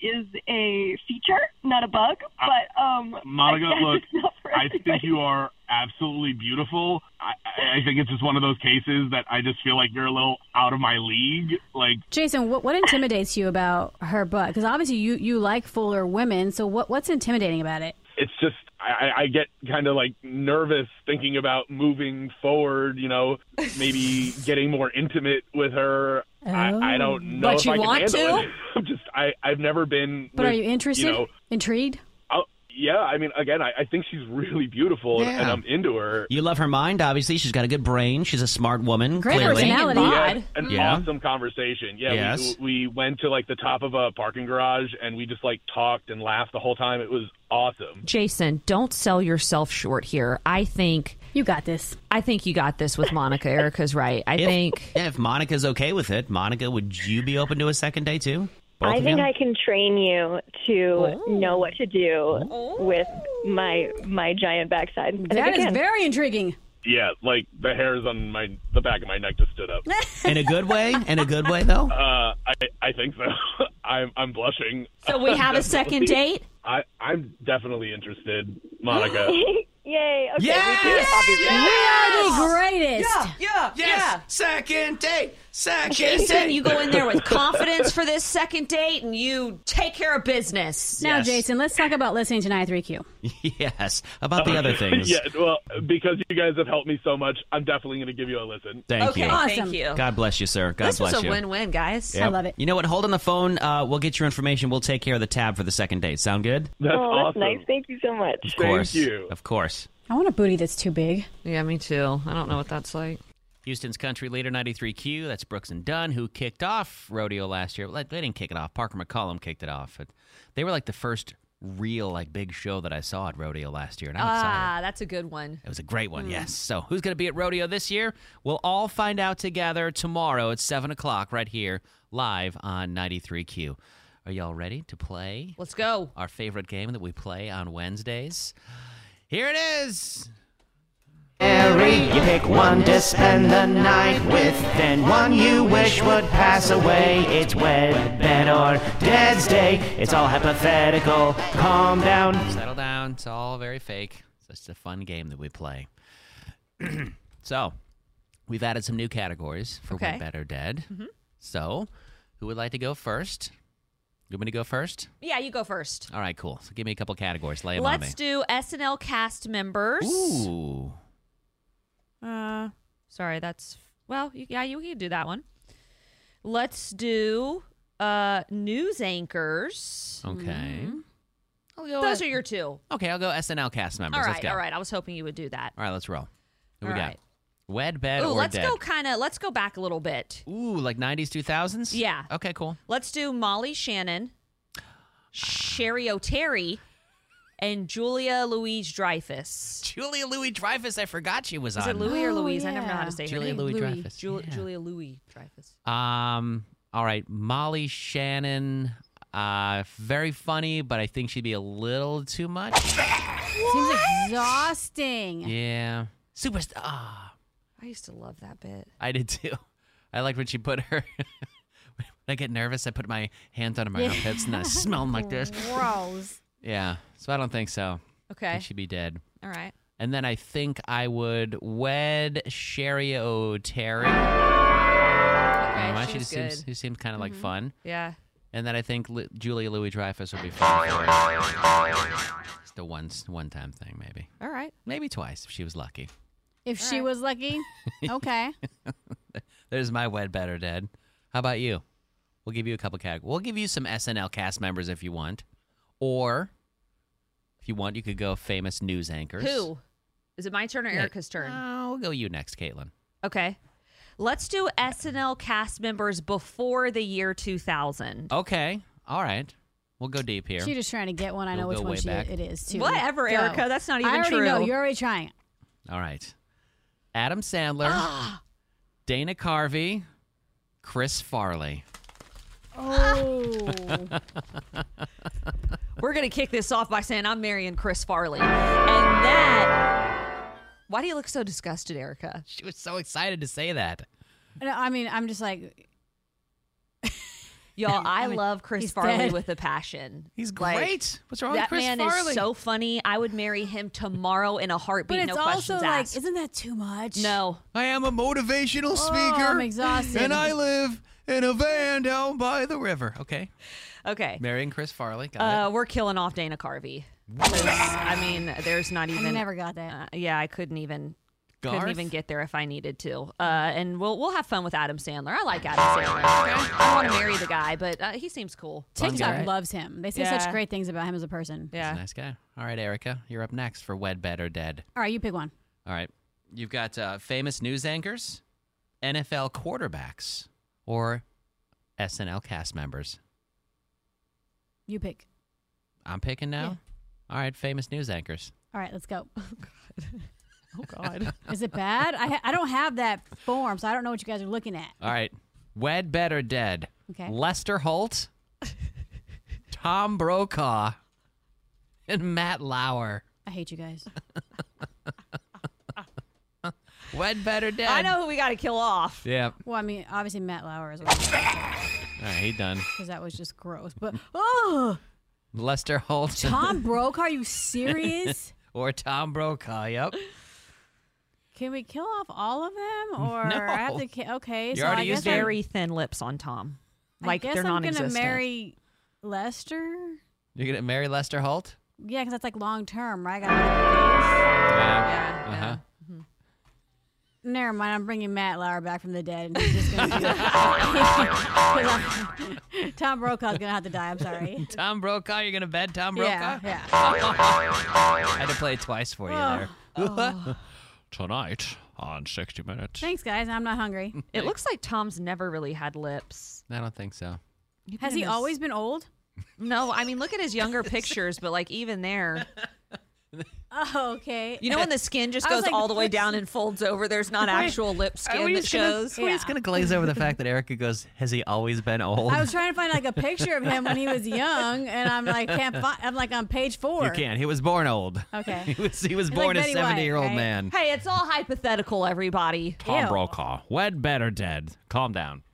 [SPEAKER 17] is a feature, not a bug. But um, I
[SPEAKER 15] Uh, Monica,
[SPEAKER 17] guess
[SPEAKER 15] look,
[SPEAKER 17] it's not for
[SPEAKER 15] I think
[SPEAKER 17] everybody.
[SPEAKER 15] you are absolutely beautiful. I, I- I think it's just one of those cases that I just feel like you're a little out of my league. Like,
[SPEAKER 4] Jason, what, what intimidates you about her butt? Because obviously you, you like fuller women, so what, what's intimidating about it?
[SPEAKER 15] it's just I, I get kind of like nervous thinking about moving forward. You know, maybe getting more intimate with her. I, I don't know
[SPEAKER 4] Oh. But
[SPEAKER 15] if
[SPEAKER 4] you
[SPEAKER 15] I can
[SPEAKER 4] want
[SPEAKER 15] handle
[SPEAKER 4] to?
[SPEAKER 15] it. I'm just I I've never been.
[SPEAKER 4] But
[SPEAKER 15] with,
[SPEAKER 4] are you interested?
[SPEAKER 15] know,
[SPEAKER 4] Intrigued?
[SPEAKER 15] I'll, yeah, I mean, again, I, I think she's really beautiful, and- and
[SPEAKER 2] Yeah.
[SPEAKER 15] I'm into her.
[SPEAKER 2] You love her mind, obviously. She's got a good brain. She's a smart woman. clearly.
[SPEAKER 15] We had an
[SPEAKER 2] Yeah.
[SPEAKER 15] awesome conversation. Yeah,
[SPEAKER 2] Yes.
[SPEAKER 15] we, we went to like the top of a parking garage and we just like talked and laughed the whole time. It was awesome.
[SPEAKER 3] Jason, don't sell yourself short here. I think
[SPEAKER 4] you got this.
[SPEAKER 3] I think you got this with Monica. Erica's right. I think
[SPEAKER 2] Yeah, if Monica's okay with it, Monica, would you be open to a second date too? Both
[SPEAKER 12] I
[SPEAKER 2] of
[SPEAKER 12] think
[SPEAKER 2] you?
[SPEAKER 12] I can train you to
[SPEAKER 3] Oh.
[SPEAKER 12] know what to do with my my giant backside. I think I
[SPEAKER 4] That is
[SPEAKER 12] can.
[SPEAKER 4] very intriguing.
[SPEAKER 15] Yeah, like the hairs on my the back of my neck just stood up.
[SPEAKER 2] In a good way? In a good way, though?
[SPEAKER 15] Uh, I I think so. I'm I'm blushing.
[SPEAKER 3] So we have a second
[SPEAKER 15] Definitely.
[SPEAKER 3] date?
[SPEAKER 15] I I'm definitely interested, Monica.
[SPEAKER 12] Yay! Okay,
[SPEAKER 11] Yes!
[SPEAKER 12] we did it, obviously.
[SPEAKER 11] Yeah, yeah, yeah.
[SPEAKER 2] Second date. Second
[SPEAKER 3] Jason, you go in there with confidence for this second date and you take care of business.
[SPEAKER 4] Now,
[SPEAKER 2] Yes.
[SPEAKER 4] Jason, let's talk about listening to 93Q.
[SPEAKER 2] yes. About the other things.
[SPEAKER 15] yeah, well, because you guys have helped me so much, I'm definitely going to give you a listen.
[SPEAKER 2] Thank you.
[SPEAKER 3] thank you.
[SPEAKER 2] God bless you, sir. God
[SPEAKER 3] this
[SPEAKER 2] bless
[SPEAKER 3] was a
[SPEAKER 2] you.
[SPEAKER 3] win-win, guys.
[SPEAKER 2] Yep. You know what? Hold on the phone. Uh, we'll get your information. We'll take care of the tab for the second date. Sound good?
[SPEAKER 12] oh, that's nice. Thank you so much.
[SPEAKER 2] Of course. Of course.
[SPEAKER 4] I want a booty that's too big.
[SPEAKER 3] Yeah, me too. I don't know what that's like.
[SPEAKER 2] Houston's country leader, 93Q. That's Brooks and Dunn, who kicked off rodeo last year. Like, They didn't kick it off. Parker McCollum kicked it off. But they were like the first real, like big show that I saw at rodeo last year, and I'm excited.
[SPEAKER 3] Ah, that's a good one.
[SPEAKER 2] It was a great one,
[SPEAKER 3] Mm.
[SPEAKER 2] yes. So, who's going to be at rodeo this year? We'll all find out together tomorrow at seven o'clock, right here, live on 93Q. Are y'all ready to play?
[SPEAKER 3] Let's go.
[SPEAKER 2] Our favorite game that we play on Wednesdays. Here it is.
[SPEAKER 11] You pick one to spend the night with, then one you wish would pass away. It's Wed, Ben, or Dad's Day. It's all hypothetical. Calm down.
[SPEAKER 2] Settle down. It's all very fake. It's just a fun game that we play. so, we've added some new categories for
[SPEAKER 3] Okay.
[SPEAKER 2] Win Better Dead.
[SPEAKER 3] Mhm.
[SPEAKER 2] So, who would like to go first? You want me to go first?
[SPEAKER 3] Yeah, you go first.
[SPEAKER 2] All right, cool. So, give me a couple categories. Lay 'em on me.
[SPEAKER 3] Let's do SNL cast members.
[SPEAKER 2] Ooh.
[SPEAKER 3] Uh, sorry, that's well, you, yeah, you can do that one. Let's do uh news anchors.
[SPEAKER 2] Okay.
[SPEAKER 3] Mm-hmm. Those are your two.
[SPEAKER 2] Okay, I'll go SNL cast members.
[SPEAKER 3] all
[SPEAKER 2] Oh. let's
[SPEAKER 3] right,
[SPEAKER 2] go.
[SPEAKER 3] all right. I was hoping you would do that.
[SPEAKER 2] All right, let's roll. Who we
[SPEAKER 3] All
[SPEAKER 2] got?
[SPEAKER 3] right.
[SPEAKER 2] Wed, bed,
[SPEAKER 3] Ooh,
[SPEAKER 2] or
[SPEAKER 3] let's
[SPEAKER 2] dead?
[SPEAKER 3] go kind of let's go back a little bit.
[SPEAKER 2] Ooh, like 90s, 2000s?
[SPEAKER 3] Yeah.
[SPEAKER 2] Okay, cool.
[SPEAKER 3] Let's do Molly Shannon, Sherry O'Terry, and Julia Louise Dreyfus.
[SPEAKER 2] Julia Louis Dreyfus, I forgot she was
[SPEAKER 3] Is
[SPEAKER 2] on.
[SPEAKER 3] it Louis or Louise? I never know how
[SPEAKER 2] yeah.
[SPEAKER 3] to say her
[SPEAKER 2] Julia
[SPEAKER 3] name.
[SPEAKER 2] Louis Louis. Dreyfus,
[SPEAKER 3] Jul- Julia Louis Dreyfus.
[SPEAKER 2] Um, all right, Molly Shannon. Uh, very funny, but I think she'd be a little too much.
[SPEAKER 4] Seems exhausting.
[SPEAKER 2] yeah. Superstar. ah,
[SPEAKER 3] I used to love that bit.
[SPEAKER 2] I did too. I liked when she put her. when I get nervous, I put my hands under my
[SPEAKER 3] Yeah.
[SPEAKER 2] armpits and I smell 'em like this.
[SPEAKER 4] Gross.
[SPEAKER 2] Yeah. So I don't think so. I
[SPEAKER 3] Okay.
[SPEAKER 2] think she'd be dead.
[SPEAKER 3] All right.
[SPEAKER 2] And then I think I would wed Sherry O'Terry. Um,
[SPEAKER 3] Okay, she's
[SPEAKER 2] she just seems
[SPEAKER 3] good. Mm-hmm.
[SPEAKER 2] who seems kind of like fun.
[SPEAKER 3] Yeah.
[SPEAKER 2] And then I think Li- Julia Louis Dreyfus would be fun. for her. Just a once one time thing maybe.
[SPEAKER 3] All right.
[SPEAKER 2] Maybe twice if she was lucky.
[SPEAKER 4] If she was lucky. Okay.
[SPEAKER 2] There's my wed better dead. How about you? We'll give you a couple categories. We'll give you some SNL cast members if you want, or if you want, you could go famous news anchors.
[SPEAKER 3] Who? Is it my turn or
[SPEAKER 2] Yeah.
[SPEAKER 3] Erica's turn?
[SPEAKER 4] Uh,
[SPEAKER 2] I'll go you next, Caitlin.
[SPEAKER 3] Okay. Let's do SNL cast members before the year
[SPEAKER 2] Oh.
[SPEAKER 3] 2000.
[SPEAKER 2] Okay. All right. We'll go deep here.
[SPEAKER 4] She's just trying to get one. I know which
[SPEAKER 2] We'll go
[SPEAKER 4] one
[SPEAKER 2] way
[SPEAKER 4] she,
[SPEAKER 2] back.
[SPEAKER 4] it is, too.
[SPEAKER 3] Whatever,
[SPEAKER 4] Go.
[SPEAKER 3] Erica, that's not even
[SPEAKER 4] I already know.
[SPEAKER 3] true.
[SPEAKER 4] You're already trying.
[SPEAKER 2] All right. Adam Sandler,
[SPEAKER 3] Ah!
[SPEAKER 2] Dana Carvey, Chris Farley.
[SPEAKER 4] Oh.
[SPEAKER 3] We're going to kick this off by saying I'm marrying Chris Farley. And that. Why do you look so disgusted, Erica?
[SPEAKER 2] she was so excited to say that.
[SPEAKER 4] No, I mean, I'm just like,
[SPEAKER 3] Y'all, I,
[SPEAKER 4] I mean,
[SPEAKER 3] love Chris
[SPEAKER 4] he's
[SPEAKER 3] Farley
[SPEAKER 4] dead.
[SPEAKER 3] with a passion.
[SPEAKER 2] He's
[SPEAKER 3] Like,
[SPEAKER 2] great. What's wrong with
[SPEAKER 3] that
[SPEAKER 2] Chris
[SPEAKER 3] man
[SPEAKER 2] Farley?
[SPEAKER 3] is so funny. I would marry him tomorrow in a heartbeat.
[SPEAKER 4] but it's
[SPEAKER 3] no
[SPEAKER 4] also
[SPEAKER 3] questions
[SPEAKER 4] like,
[SPEAKER 3] asked.
[SPEAKER 4] isn't that too much?
[SPEAKER 3] no.
[SPEAKER 2] I am a motivational
[SPEAKER 4] Oh, I'm exhausted.
[SPEAKER 2] live in a van down by the river. Okay.
[SPEAKER 3] Okay.
[SPEAKER 2] Marrying Chris Farley. Got it.
[SPEAKER 3] Uh, we're killing off Dana Carvey. 'Cause, I mean, there's not even.
[SPEAKER 4] never got that.
[SPEAKER 3] uh, yeah, I Uh, couldn't even. Couldn't
[SPEAKER 2] Garth?
[SPEAKER 3] even get there if I needed to. Uh, and we'll we'll have fun with Adam Sandler. I like Adam Sandler. I want to marry the guy, but uh, he seems cool.
[SPEAKER 4] TikTok
[SPEAKER 2] right?
[SPEAKER 4] loves him. They say
[SPEAKER 3] Yeah.
[SPEAKER 4] such great things about him as a person.
[SPEAKER 2] He's a nice guy. All right, Erica, you're up next for Wed, Bed, or Dead.
[SPEAKER 4] All right, you pick one.
[SPEAKER 2] All right. You've got uh, famous news anchors, NFL quarterbacks, or SNL cast members.
[SPEAKER 4] You pick.
[SPEAKER 2] I'm picking now. All right, famous news anchors.
[SPEAKER 4] All right, let's go.
[SPEAKER 2] Oh, God.
[SPEAKER 4] Is it bad? I, ha- I don't have that form, so I don't know what you guys are looking at.
[SPEAKER 2] All right. Wed, Bed, or Dead.
[SPEAKER 4] Okay.
[SPEAKER 2] Lester Holt, Tom Brokaw, and Matt Lauer.
[SPEAKER 4] I hate you guys.
[SPEAKER 2] Wed, Bed, or Dead.
[SPEAKER 3] I know who we got to kill off.
[SPEAKER 2] Yeah.
[SPEAKER 4] Well, I mean, obviously Matt Lauer is because
[SPEAKER 2] All right, he done.
[SPEAKER 4] that was just gross. But oh,
[SPEAKER 2] Lester Holt.
[SPEAKER 4] Tom Brokaw, are you serious?
[SPEAKER 2] or Tom Brokaw. Yep.
[SPEAKER 4] Can we kill off all of them, or I have to? Ki- okay,
[SPEAKER 3] You
[SPEAKER 4] so
[SPEAKER 3] already
[SPEAKER 4] I
[SPEAKER 3] used
[SPEAKER 4] guess I'm-
[SPEAKER 3] very thin lips on Tom.
[SPEAKER 4] I
[SPEAKER 3] Like
[SPEAKER 4] guess
[SPEAKER 3] they're
[SPEAKER 4] I'm gonna
[SPEAKER 3] non-existent.
[SPEAKER 4] marry Lester.
[SPEAKER 2] You're going to marry Lester Holt?
[SPEAKER 4] Yeah, because that's like long term, right? I gotta-
[SPEAKER 2] Uh huh.
[SPEAKER 4] Never mind. I'm bringing Matt Lauer back from the dead, and he's just gonna. do it. 'Cause I- Tom Brokaw's gonna have to die. I'm sorry.
[SPEAKER 2] Tom Brokaw, you're gonna bed Tom Brokaw?
[SPEAKER 4] Yeah, yeah.
[SPEAKER 2] I had to play it twice for you there.
[SPEAKER 4] Oh.
[SPEAKER 10] Tonight on 60 Minutes.
[SPEAKER 4] Thanks, guys. I'm not hungry.
[SPEAKER 3] It looks like Tom's never really had lips.
[SPEAKER 2] I don't think so.
[SPEAKER 4] Has he
[SPEAKER 3] Goodness.
[SPEAKER 4] always been old?
[SPEAKER 3] No, I mean look at his younger pictures, but like even there,
[SPEAKER 4] Oh, okay.
[SPEAKER 3] you know when the skin just
[SPEAKER 4] I was
[SPEAKER 3] goes
[SPEAKER 4] like,
[SPEAKER 3] all the way
[SPEAKER 4] what's-
[SPEAKER 3] down and folds over. There's not actual lip skin that shows.
[SPEAKER 2] We're just gonna glaze over the fact that Erica goes, "Has he always been old?"
[SPEAKER 4] I was trying to find like a picture of him when he was young, and I'm like, can't find. I'm like on page four.
[SPEAKER 2] you can't. He was born old.
[SPEAKER 4] Okay.
[SPEAKER 2] he was. He was
[SPEAKER 4] He's like
[SPEAKER 2] born a
[SPEAKER 4] Betty White,
[SPEAKER 2] seventy-year-old
[SPEAKER 4] right?
[SPEAKER 2] man.
[SPEAKER 3] Hey, it's all hypothetical, everybody.
[SPEAKER 10] Tom Brokaw. Wed, Bed, or Dead. Calm down.